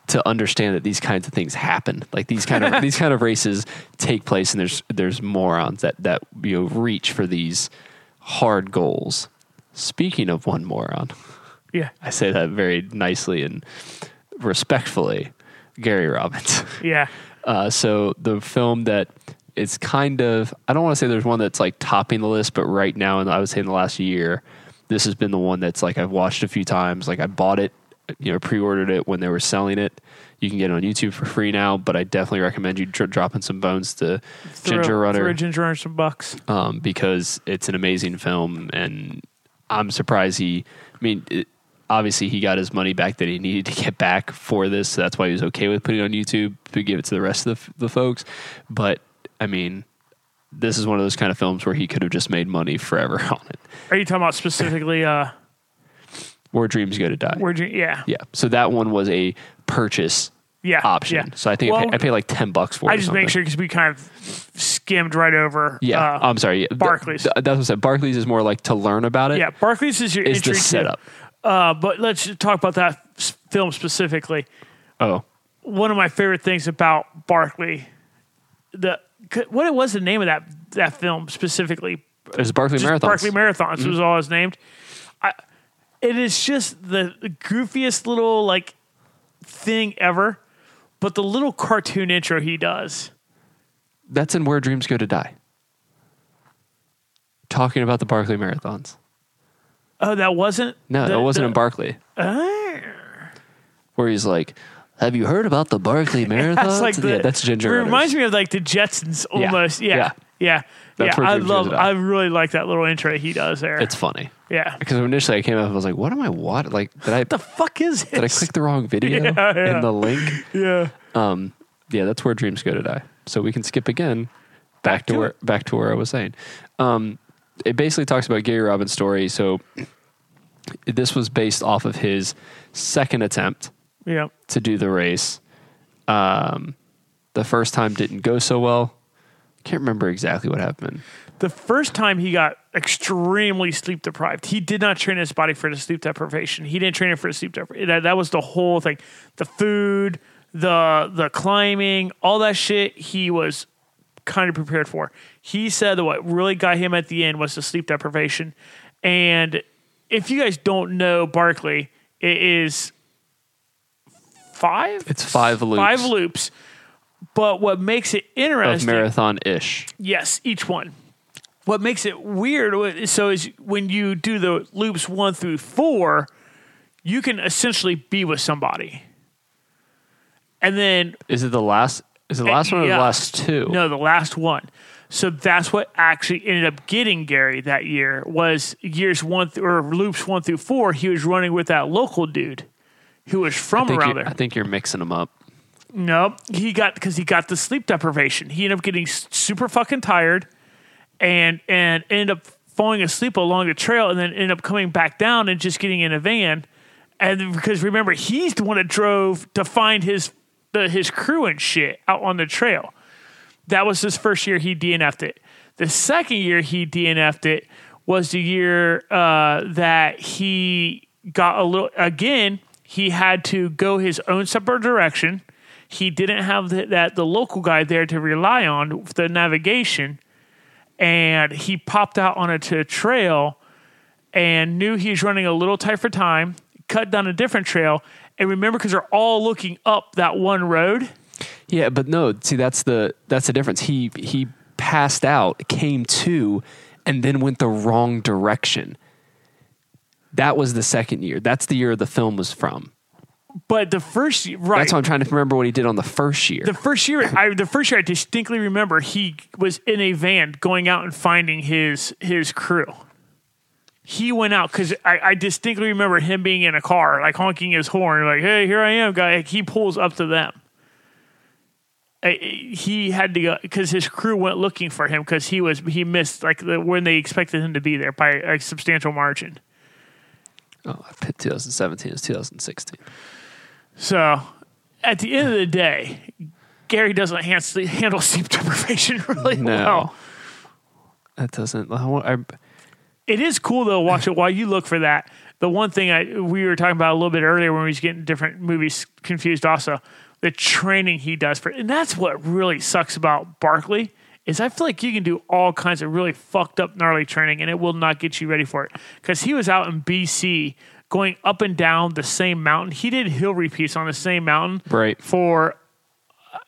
S1: to understand that these kinds of things happen. Like these kind of these kind of races take place and there's there's morons that that you know reach for these hard goals. Speaking of one moron.
S2: Yeah.
S1: I say that very nicely and respectfully, Gary Robbins.
S2: Yeah.
S1: Uh, so the film that it's kind of I don't want to say there's one that's like topping the list, but right now, and I would say in the last year, this has been the one that's like I've watched a few times. Like I bought it, you know, pre-ordered it when they were selling it. You can get it on YouTube for free now, but I definitely recommend you dr- dropping some bones to Ginger
S2: Throw-
S1: Runner
S2: throw Ginger Runner some bucks.
S1: um, because it's an amazing film, and I'm surprised he. I mean, it, obviously he got his money back that he needed to get back for this, so that's why he was okay with putting it on YouTube to give it to the rest of the, f- the folks. But I mean, this is one of those kind of films where he could have just made money forever on it.
S2: Are you talking about specifically uh
S1: Where dreams go to die.
S2: where'd you yeah.
S1: yeah, so that one was a purchase
S2: Yeah.
S1: option.
S2: yeah.
S1: So I think I,
S2: Well,
S1: paid, I paid like ten bucks for it.
S2: I
S1: or
S2: just make
S1: something.
S2: sure because we kind of skimmed right over
S1: Yeah, um,
S2: uh,
S1: I'm sorry. yeah, th-
S2: Barclays.
S1: th- that's what I said. Barclays is more like to learn about it.
S2: yeah, Barclays is your
S1: is
S2: entry
S1: the setup.
S2: To, uh but let's just talk about that s- film specifically.
S1: Oh,
S2: One of my favorite things about Barclay the c- what was the name of that that film specifically?
S1: it was Barclay
S2: just
S1: Marathon.
S2: Barkley Marathons
S1: Mm-hmm.
S2: was all it's named. I, it is just the goofiest little like thing ever, but the little cartoon intro he does.
S1: That's in Where Dreams Go to Die. Talking about the Barclay Marathons.
S2: Oh, that wasn't.
S1: No,
S2: the-
S1: that wasn't
S2: the-
S1: in Barclay. Oh. Where he's like, Have you heard about the Barclay Marathons?
S2: That's like the,
S1: yeah, that's Ginger.
S2: It reminds me of like the Jetsons
S1: Yeah,
S2: almost. Yeah,
S1: yeah.
S2: yeah, yeah.
S1: That's where
S2: I
S1: Dreams
S2: love.
S1: goes out.
S2: I really like that little intro he does there.
S1: It's funny.
S2: yeah.
S1: Because initially I came up and was like, What am I watching? Like, did I,
S2: The fuck is
S1: did I
S2: it?
S1: click the wrong video and
S2: yeah.
S1: the link?
S2: Yeah.
S1: Um, yeah, that's Where Dreams Go to Die. So we can skip again back, to,
S2: to
S1: where, back to where I was saying. Um, it basically talks about Gary Robbins' story. So this was based off of his second attempt
S2: Yeah.
S1: to do the race. Um, the first time didn't go so well. Can't remember exactly what happened.
S2: The first time he got extremely sleep deprived, he did not train his body for the sleep deprivation. He didn't train it for the sleep deprivation. That, that was the whole thing. The food, the the climbing, all that shit. He was kind of prepared for. He said that what really got him at the end was the sleep deprivation. And if you guys don't know Barkley, it is five.
S1: It's five loops
S2: five loops. But what makes it
S1: of
S2: interesting
S1: marathon ish.
S2: Yes, each one. What makes it weird wa- so is when you do the loops one through four, you can essentially be with somebody. And then
S1: Is it the last? Is it the last one or
S2: Eh, yeah.
S1: the last two?
S2: no, the last one. So that's what actually ended up getting Gary that year was years one th- or loops one through four. He was running with that local dude who was
S1: I
S2: from
S1: think,
S2: around
S1: you're,
S2: there.
S1: I think you're mixing them up.
S2: No, he got because he got the sleep deprivation. He ended up getting s- super fucking tired, and and ended up falling asleep along the trail, and then ended up coming back down and just getting in a van. And because remember, he's the one that drove to find his the, his crew and shit out on the trail. That was his first year he DNF'd it. The second year he DNF'd it was the year uh, that he got a little, again, he had to go his own separate direction. He didn't have the, that the local guy there to rely on for the navigation, and he popped out onto a trail and knew he was running a little tight for time. Cut down a different trail, and remember because they're all looking up that one road.
S1: Yeah, but no. See, that's the that's the difference. He he passed out, came to, and then went the wrong direction. That was the second year. That's the year the film was from.
S2: But the first right,
S1: That's why I'm trying to remember what he did on the first year.
S2: the first year, I the first year I distinctly remember he was in a van going out and finding his his crew. He went out because I, I distinctly remember him being in a car, like honking his horn, like "Hey, here I am, guy." Like, he pulls up to them. I- I- He had to go because his crew went looking for him because he was he missed like the, when they expected him to be there by a substantial margin.
S1: oh, I put 2017 is 2016.
S2: So, at the end of the day, Gary doesn't hans- handle sleep deprivation really
S1: No.
S2: well.
S1: That doesn't. I want- I-
S2: It is cool though. Watch it while you look for that. The one thing I we were talking about a little bit earlier when we was getting different movies confused. Also, the training he does for, and that's what really sucks about Barkley is I feel like you can do all kinds of really fucked up gnarly training, and it will not get you ready for it. Because he was out in BC going up and down the same mountain. He did hill repeats on the same mountain
S1: Right.
S2: for.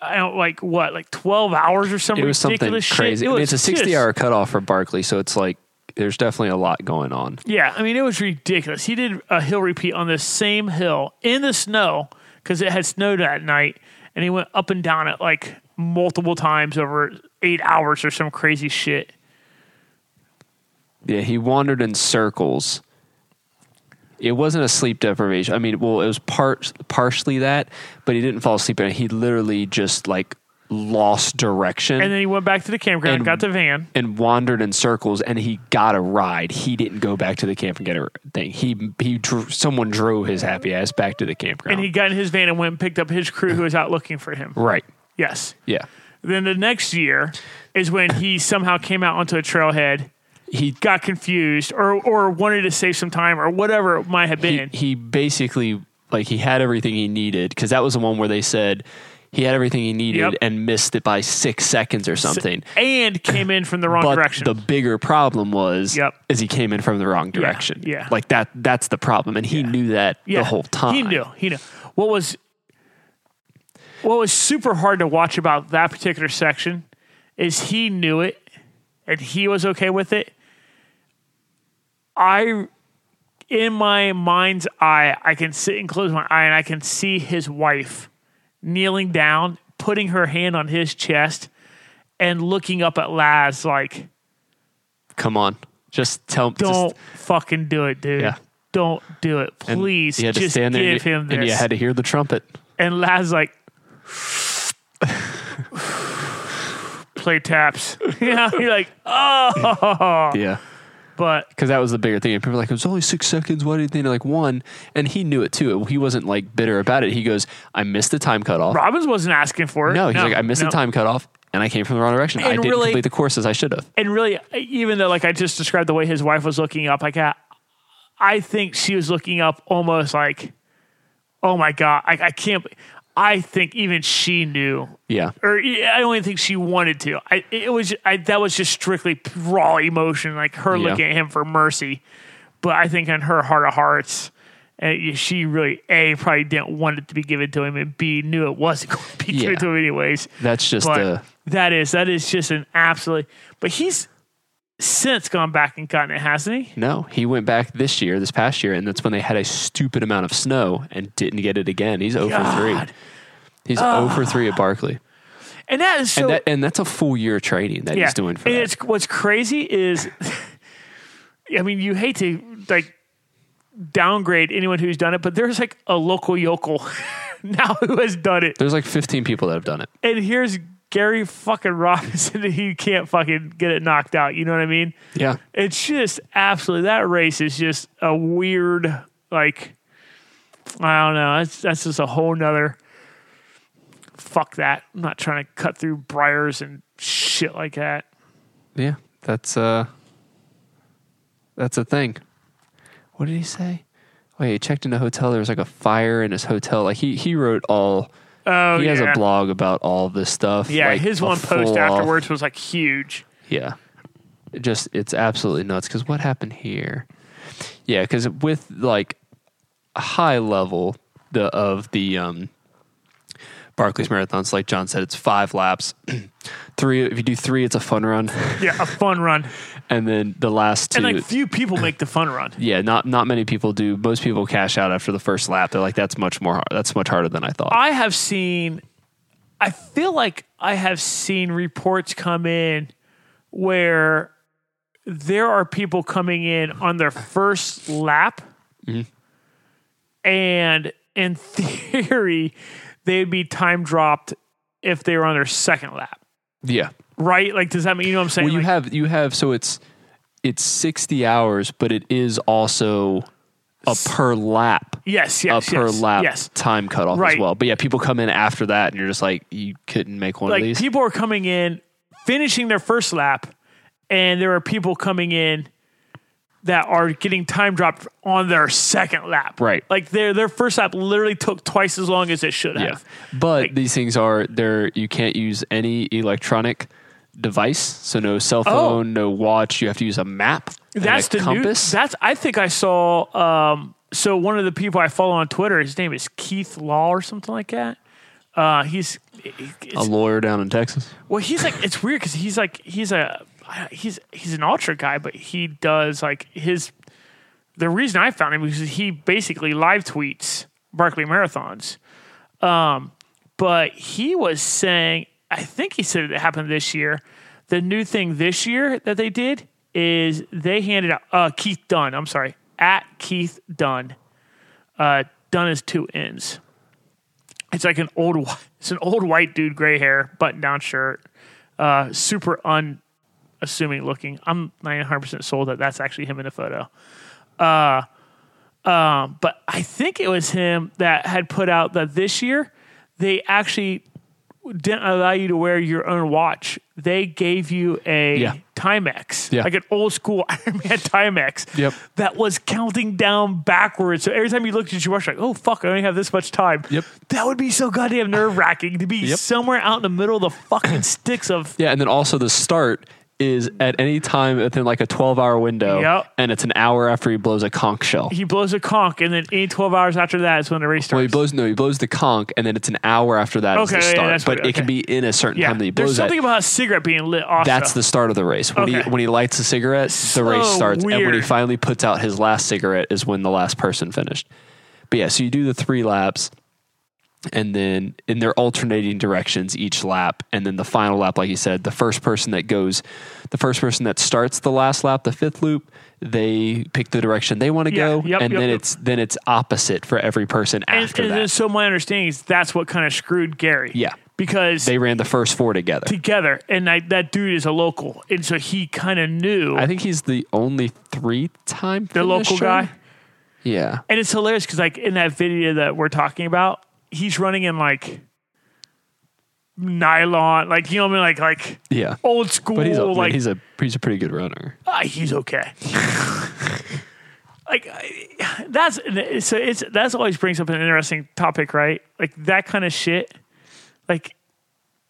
S2: I don't like what, like twelve hours or some
S1: it was something
S2: ridiculous shit.
S1: crazy.
S2: It
S1: I mean,
S2: was
S1: it's a 60
S2: just-
S1: hour cutoff for Barkley, so it's like there's definitely a lot going on.
S2: Yeah, I mean it was ridiculous. He did a hill repeat on the same hill in the snow because it had snowed that night, and he went up and down it like multiple times over eight hours or some crazy shit.
S1: Yeah, he wandered in circles. It wasn't a sleep deprivation. I mean, well, it was part partially that, but he didn't fall asleep and he literally just like lost direction
S2: And
S1: and,
S2: then he went back to the campground,
S1: And-
S2: got the van.
S1: wandered in circles and he got a ride. He didn't go back to the camp and get a thing. He he drew, someone drove his happy ass back to the campground.
S2: And he got in his van and went and picked up his crew who was out looking for him.
S1: right.
S2: Yes.
S1: Yeah.
S2: Then the next year is when he somehow came out onto a trailhead,
S1: He
S2: got confused, or or wanted to save some time, or whatever it might have
S1: he,
S2: been.
S1: he basically like he had everything he needed because that was the one where they said he had everything he needed
S2: Yep.
S1: and missed it by six seconds or something.
S2: and came in from the wrong
S1: but
S2: direction.
S1: the bigger problem was
S2: Yep.
S1: is he came in from the wrong direction.
S2: yeah.
S1: like that. That's the problem, and he knew that the whole time.
S2: He knew. He knew. What was what was super hard to watch about that particular section is he knew it and he was okay with it. I in my mind's eye, I can sit and close my eye and I can see his wife kneeling down, putting her hand on his chest and looking up at Laz like,
S1: Come on, just tell.
S2: Don't
S1: Just,
S2: fucking do it, dude.
S1: Yeah.
S2: Don't do it. Please
S1: you had to
S2: just
S1: stand there
S2: give
S1: and you,
S2: him this.
S1: and you had to hear the trumpet.
S2: And Laz like play taps. you know, you're like, oh,
S1: Yeah,
S2: but
S1: because that was the bigger thing. And people were like, it was only six seconds. Why didn't they like one? And he knew it too. He wasn't like bitter about it. He goes, I missed the time cutoff.
S2: Robbins wasn't asking for it.
S1: No, he's like, I missed
S2: no.
S1: the time cutoff and I came from the wrong direction. I
S2: And
S1: didn't
S2: really-
S1: complete the courses I should have.
S2: And really, even though like I just described the way his wife was looking up, like I, I think she was looking up almost like, oh my god, I, I can't. be- I think even she knew
S1: Yeah.
S2: or yeah, I don't even think she wanted to. I it was I that was just strictly raw emotion, like her
S1: Yeah.
S2: looking at him for mercy. But I think in her heart of hearts, uh, she really a probably didn't want it to be given to him, and b knew it wasn't going to be
S1: Yeah.
S2: given to him anyways.
S1: That's just uh,
S2: But
S1: the
S2: that is that is just an absolutely. But he's since gone back and gotten it, hasn't he?
S1: no. He went back this year, this past year, and that's when they had a stupid amount of snow and didn't get it again. He's 0 for
S2: God.
S1: 3. He's 0 for 3 at Barkley.
S2: And that is so.
S1: And that and that's a full year of training that he's doing for
S2: and
S1: that.
S2: it's what's crazy is i mean you hate to like downgrade anyone who's done it but there's like a local yokel now who has done it
S1: There's like 15 people that have done it.
S2: and here's gary fucking robinson and he can't fucking get it knocked out you know what i mean
S1: Yeah.
S2: it's just absolutely that race is just a weird like i don't know that's that's just a whole nother fuck that i'm not trying to cut through briars and shit like that
S1: Yeah. That's uh that's a thing. What did he say? Wait, he checked in a hotel. There was like a fire in his hotel. Like he he wrote all
S2: Oh,
S1: he has
S2: yeah.
S1: a blog about all this stuff.
S2: Yeah,
S1: like,
S2: his
S1: a
S2: one post
S1: full-off-
S2: afterwards was like huge.
S1: Yeah, It just it's absolutely nuts. Because what happened here? Yeah, because with like high level the of the um, Barclays marathons, like John said, it's five laps. three, if you do three, it's a fun run,
S2: Yeah, a fun run.
S1: and then the last two.
S2: And like few people make the fun run.
S1: yeah, not not many people do. Most people cash out after the first lap. They're like, "That's much more. Hard. That's much harder than I thought."
S2: I have seen, I feel like I have seen reports come in where there are people coming in on their first lap,
S1: Mm-hmm.
S2: and in theory, they'd be time dropped if they were on their second lap,
S1: yeah.
S2: right? Like, does that mean you know what I'm saying?
S1: Well, you
S2: Like,
S1: have you have so it's it's sixty hours, but it is also a per lap
S2: yes,
S1: a
S2: yes,
S1: per
S2: yes,
S1: lap
S2: yes.
S1: time cutoff as
S2: Right.
S1: well. But yeah, people come in after that, and you're just like, you couldn't make one
S2: Like
S1: of these.
S2: people are coming in, finishing their first lap, and there are people coming in that are getting time dropped on their second lap.
S1: Right.
S2: Like their their first lap literally took twice as long as it should
S1: yeah,
S2: have.
S1: but these things are there. You can't use any electronic device, so no cell phone, no watch. You have to use a map. and a
S2: Oh. That's the
S1: compass.
S2: new. That's I think I saw. Um, so one of the people I follow on Twitter, his name is Keith Law or something like that. Uh, he's it's,
S1: a lawyer down in Texas.
S2: Well, he's like it's weird because he's like he's a he's he's an ultra guy, but he does like his. The reason I found him was he basically live tweets Barkley marathons, um, but he was saying I think he said it happened this year. The new thing this year that they did is they handed out uh, Keith Dunn. I'm sorry, at Keith Dunn. Uh, Dunn is two N's it's like an old wh- it's an old white dude gray hair button down shirt uh super unassuming looking i'm 900% sold that that's actually him in the photo uh um but i think it was him that had put out that this year they actually didn't allow you to wear your own watch they gave you a
S1: Yeah.
S2: timex
S1: Yeah.
S2: like an old school iron man timex
S1: Yep.
S2: that was counting down backwards. So every time you looked at your watch, like, oh fuck, I only have this much time.
S1: Yep.
S2: That would be so goddamn nerve wracking to be somewhere out in the middle of the fucking sticks of.
S1: Yeah, and then also the start is at any time within like a 12 hour window
S2: Yep.
S1: and it's an hour after he blows a conch shell.
S2: He blows a conch, and then any twelve hours after that is when the race
S1: Well, he
S2: starts.
S1: blows no, he blows the conch and then it's an hour after that is
S2: Okay,
S1: the
S2: yeah,
S1: start.
S2: that's
S1: but
S2: what-
S1: it can
S2: okay.
S1: be in a certain
S2: yeah,
S1: time that he
S2: there's
S1: blows at.
S2: something about a cigarette being lit. Also,
S1: That's the start of the race. When
S2: Oh. Okay.
S1: he when he lights a cigarette, the race
S2: So
S1: starts. And when he
S2: weird.
S1: finally puts out his last cigarette is when the last person finished. But yeah, so you do the three laps and then in their alternating directions each lap and then the final lap like you said the first person that goes the first person that starts the last lap the fifth loop they pick the direction they want to
S2: Yeah,
S1: go
S2: yep,
S1: and
S2: yep,
S1: then
S2: yep.
S1: it's then it's opposite for every person
S2: and,
S1: after
S2: and
S1: that
S2: then- so my understanding is that's what kind of screwed Gary.
S1: Yeah.
S2: because
S1: they ran the first four together
S2: together, and I, that dude is a local, and so he kind of knew
S1: i think he's the only three time
S2: the local guy.
S1: yeah
S2: And it's hilarious because like in that video that we're talking about, he's running in like nylon, like you know what I mean, like like
S1: yeah
S2: old school.
S1: But he's a, man,
S2: Oh, like
S1: he's a he's a pretty good runner.
S2: ah, he's okay. like I- that's so it's that's always brings up an interesting topic, right? Like that kind of shit. Like,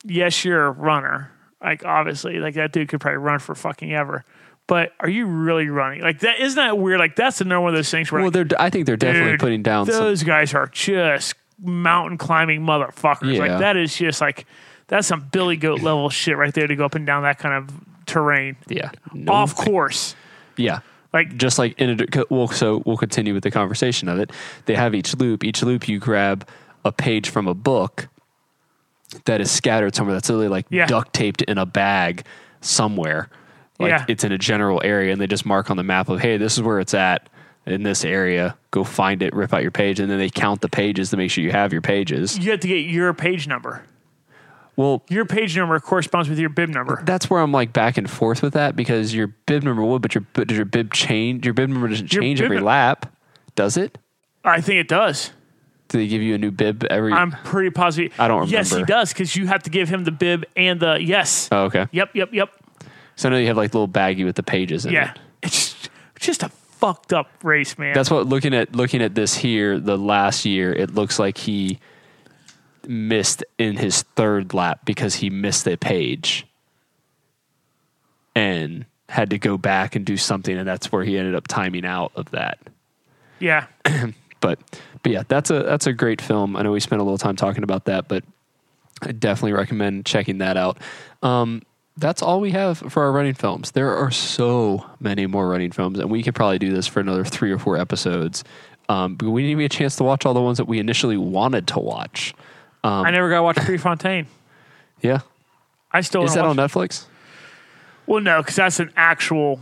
S2: yes, you're a runner. Like obviously, like that dude could probably run for fucking ever. But are you really running? Like that isn't that weird? Like that's another one of those things where
S1: Well,
S2: like,
S1: they're I think they're definitely
S2: Dude,
S1: putting down some.
S2: Those guys are just mountain climbing motherfuckers.
S1: Yeah.
S2: Like that is just like that's some Billy Goat level shit right there to go up and down that kind of terrain.
S1: Yeah, no,
S2: Off course.
S1: yeah.
S2: Like
S1: Just like in a well, so we'll continue with the conversation of it. They have each loop. Each loop, you grab a page from a book that is scattered somewhere. That's literally like
S2: Yeah.
S1: duct taped in a bag somewhere. Like
S2: Yeah.
S1: it's in a general area, and they just mark on the map of hey, this is where it's at in this area. Go find it, rip out your page, and then they count the pages to make sure you have your pages.
S2: you have to get your page number.
S1: Well,
S2: Your page number corresponds with your bib number.
S1: that's where I'm like back and forth with that because your bib number would, but your but does your bib change? Your bib number doesn't
S2: Your
S1: change
S2: bib
S1: every
S2: num-
S1: lap, does it?
S2: I think it does.
S1: Do they give you a new bib every?
S2: I'm pretty positive.
S1: I don't
S2: Yes, he
S1: remember.
S2: does because you have to give him the bib and the yes.
S1: oh, okay.
S2: Yep, yep, yep.
S1: So I know you have like little baggie with the pages in
S2: Yeah,
S1: it.
S2: it's just, it's just a fucked up race, man.
S1: That's what looking at looking at this here. The last year, it looks like he missed in his third lap because he missed a page and had to go back and do something, and that's where he ended up timing out of that.
S2: yeah.
S1: but but yeah, that's a that's a great film. I know we spent a little time talking about that, but I definitely recommend checking that out. Um, that's all we have for our running films. There are so many more running films, and we could probably do this for another three or four episodes. Um, but we didn't even get a chance to watch all the ones that we initially wanted to watch. um,
S2: I never got to watch Prefontaine.
S1: Yeah,
S2: I still
S1: is
S2: wanna
S1: that
S2: watch
S1: on Netflix?
S2: Well, no, because that's an actual,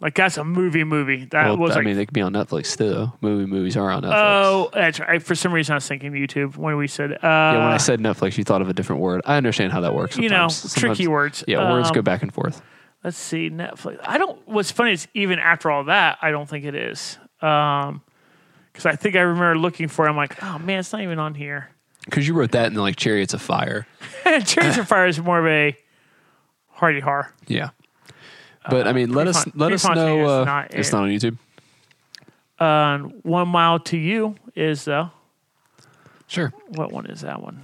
S2: like that's a movie movie. That
S1: Well,
S2: Uh, was
S1: I
S2: like,
S1: mean, they could be on Netflix too. though. Movie movies are on Netflix.
S2: oh, that's right. For some reason, I was thinking YouTube when we said, uh,
S1: yeah, when I said Netflix, you thought of a different word. I understand how that works.
S2: you know,
S1: sometimes.
S2: tricky
S1: Sometimes-
S2: words.
S1: Yeah, words
S2: Um,
S1: go back and forth.
S2: Let's see, Netflix. I don't. What's funny is even after all that, I don't think it is. Um, because I think I remember looking for. it. I'm like, oh man, it's not even on here.
S1: Because you wrote that in like Chariots of Fire.
S2: Chariots of Fire is more of a hardy har.
S1: Yeah. But I mean, let us
S2: Prefont-
S1: let us
S2: Prefontaine
S1: know.
S2: Uh, is
S1: uh,
S2: not
S1: it's
S2: it.
S1: not on YouTube.
S2: Uh, one mile to you is though.
S1: Sure.
S2: What one is that one?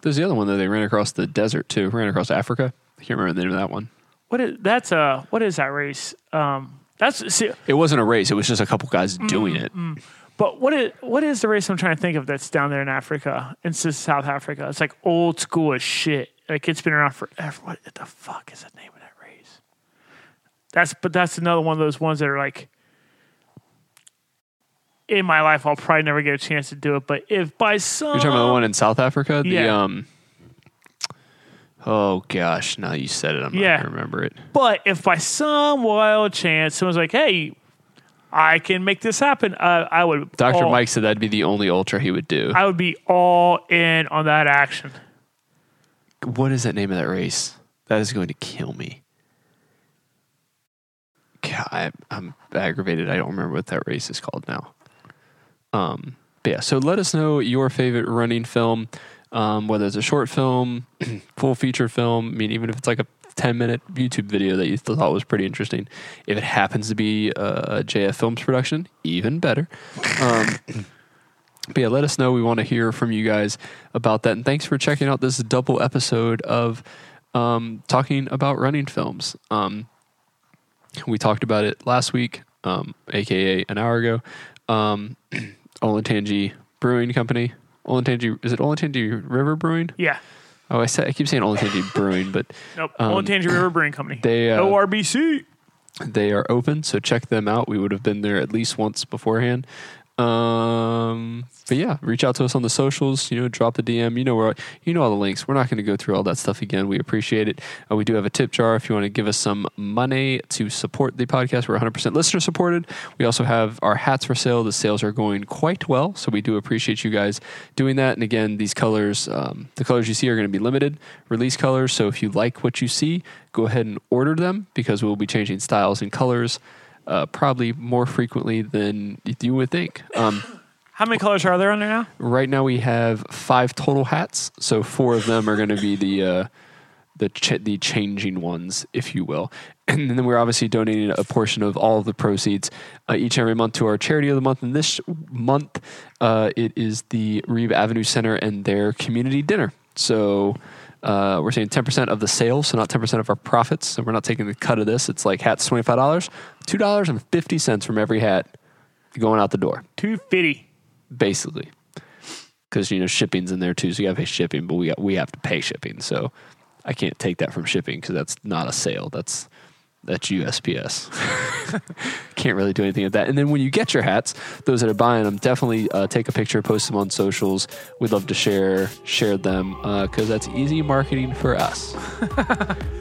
S1: There's the other one that they ran across the desert too. Ran across Africa. I can't remember the name of that one.
S2: What is that's uh what is that race? Um, that's see,
S1: It wasn't a race. It was just a couple guys
S2: Mm.
S1: doing it.
S2: but what is what is the race I'm trying to think of that's down there in Africa? It's just South Africa. It's like old school as shit. Like it's been around forever. What the fuck is the name of that race? That's but that's another one of those ones that are like. In my life, I'll probably never get a chance to do it. But if by some
S1: You're talking about the one in South Africa. The
S2: yeah.
S1: um. Oh gosh! Now you said it. I'm
S2: Yeah.
S1: not gonna remember it.
S2: But if by some wild chance someone's like, "Hey, I can make this happen," uh, I would.
S1: Doctor
S2: all-
S1: Mike said that'd be the only ultra he would do.
S2: I would be all in on that action.
S1: what is that name of that race? That is going to kill me. God, I, I'm aggravated. I don't remember what that race is called now. Um, but yeah, so let us know your favorite running film, um, whether it's a short film, full feature film. I mean, even if it's like a 10 minute YouTube video that you th- thought was pretty interesting. If it happens to be a JF Films production, even better. Um, but yeah, let us know. We want to hear from you guys about that. And thanks for checking out this double episode of um, talking about running films. Um, we talked about it last week, um, aka an hour ago. Um, Olentangy Brewing Company. Olentangy is it Olentangy River Brewing?
S2: Yeah.
S1: Oh, I, said, I keep saying Olentangy Brewing, but
S2: Nope.
S1: Um,
S2: Old Tangier River Brewing Company.
S1: they, uh,
S2: ORBC.
S1: they are open, so check them out. We would have been there at least once beforehand. Um, but yeah, reach out to us on the socials. You know, drop a DM. You know where you know all the links. We're not going to go through all that stuff again. We appreciate it. Uh, we do have a tip jar if you want to give us some money to support the podcast. We're 100 percent listener supported. We also have our hats for sale. The sales are going quite well, so we do appreciate you guys doing that. And again, these colors, um, the colors you see are going to be limited release colors. So if you like what you see, go ahead and order them because we'll be changing styles and colors uh, probably more frequently than you would think. Um,
S2: How many colors are there on there now?
S1: right now we have five total hats, so four of them are going to be the uh, the ch- the changing ones, if you will. And then we're obviously donating a portion of all of the proceeds uh, each and every month to our charity of the month. And this month, uh, it is the Reeve Avenue Center and their community dinner. So. Uh, we're saying 10% of the sales, so not 10% of our profits. So we're not taking the cut of this. It's like hats $25, $2.50 from every hat going out the door
S2: Two fifty.
S1: basically because you know shipping's in there too so you gotta pay shipping but we got, we have to pay shipping so i can't take that from shipping because that's not a sale that's that's USPS. Can't really do anything with that. And then when you get your hats, those that are buying them, definitely uh, take a picture, post them on socials. We'd love to share share them because that's easy marketing for us.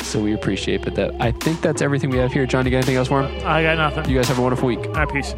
S1: so we appreciate. But that I think that's everything we have here. John, you got anything else for him?
S2: I got nothing.
S1: You guys have a wonderful week.
S2: All right, peace.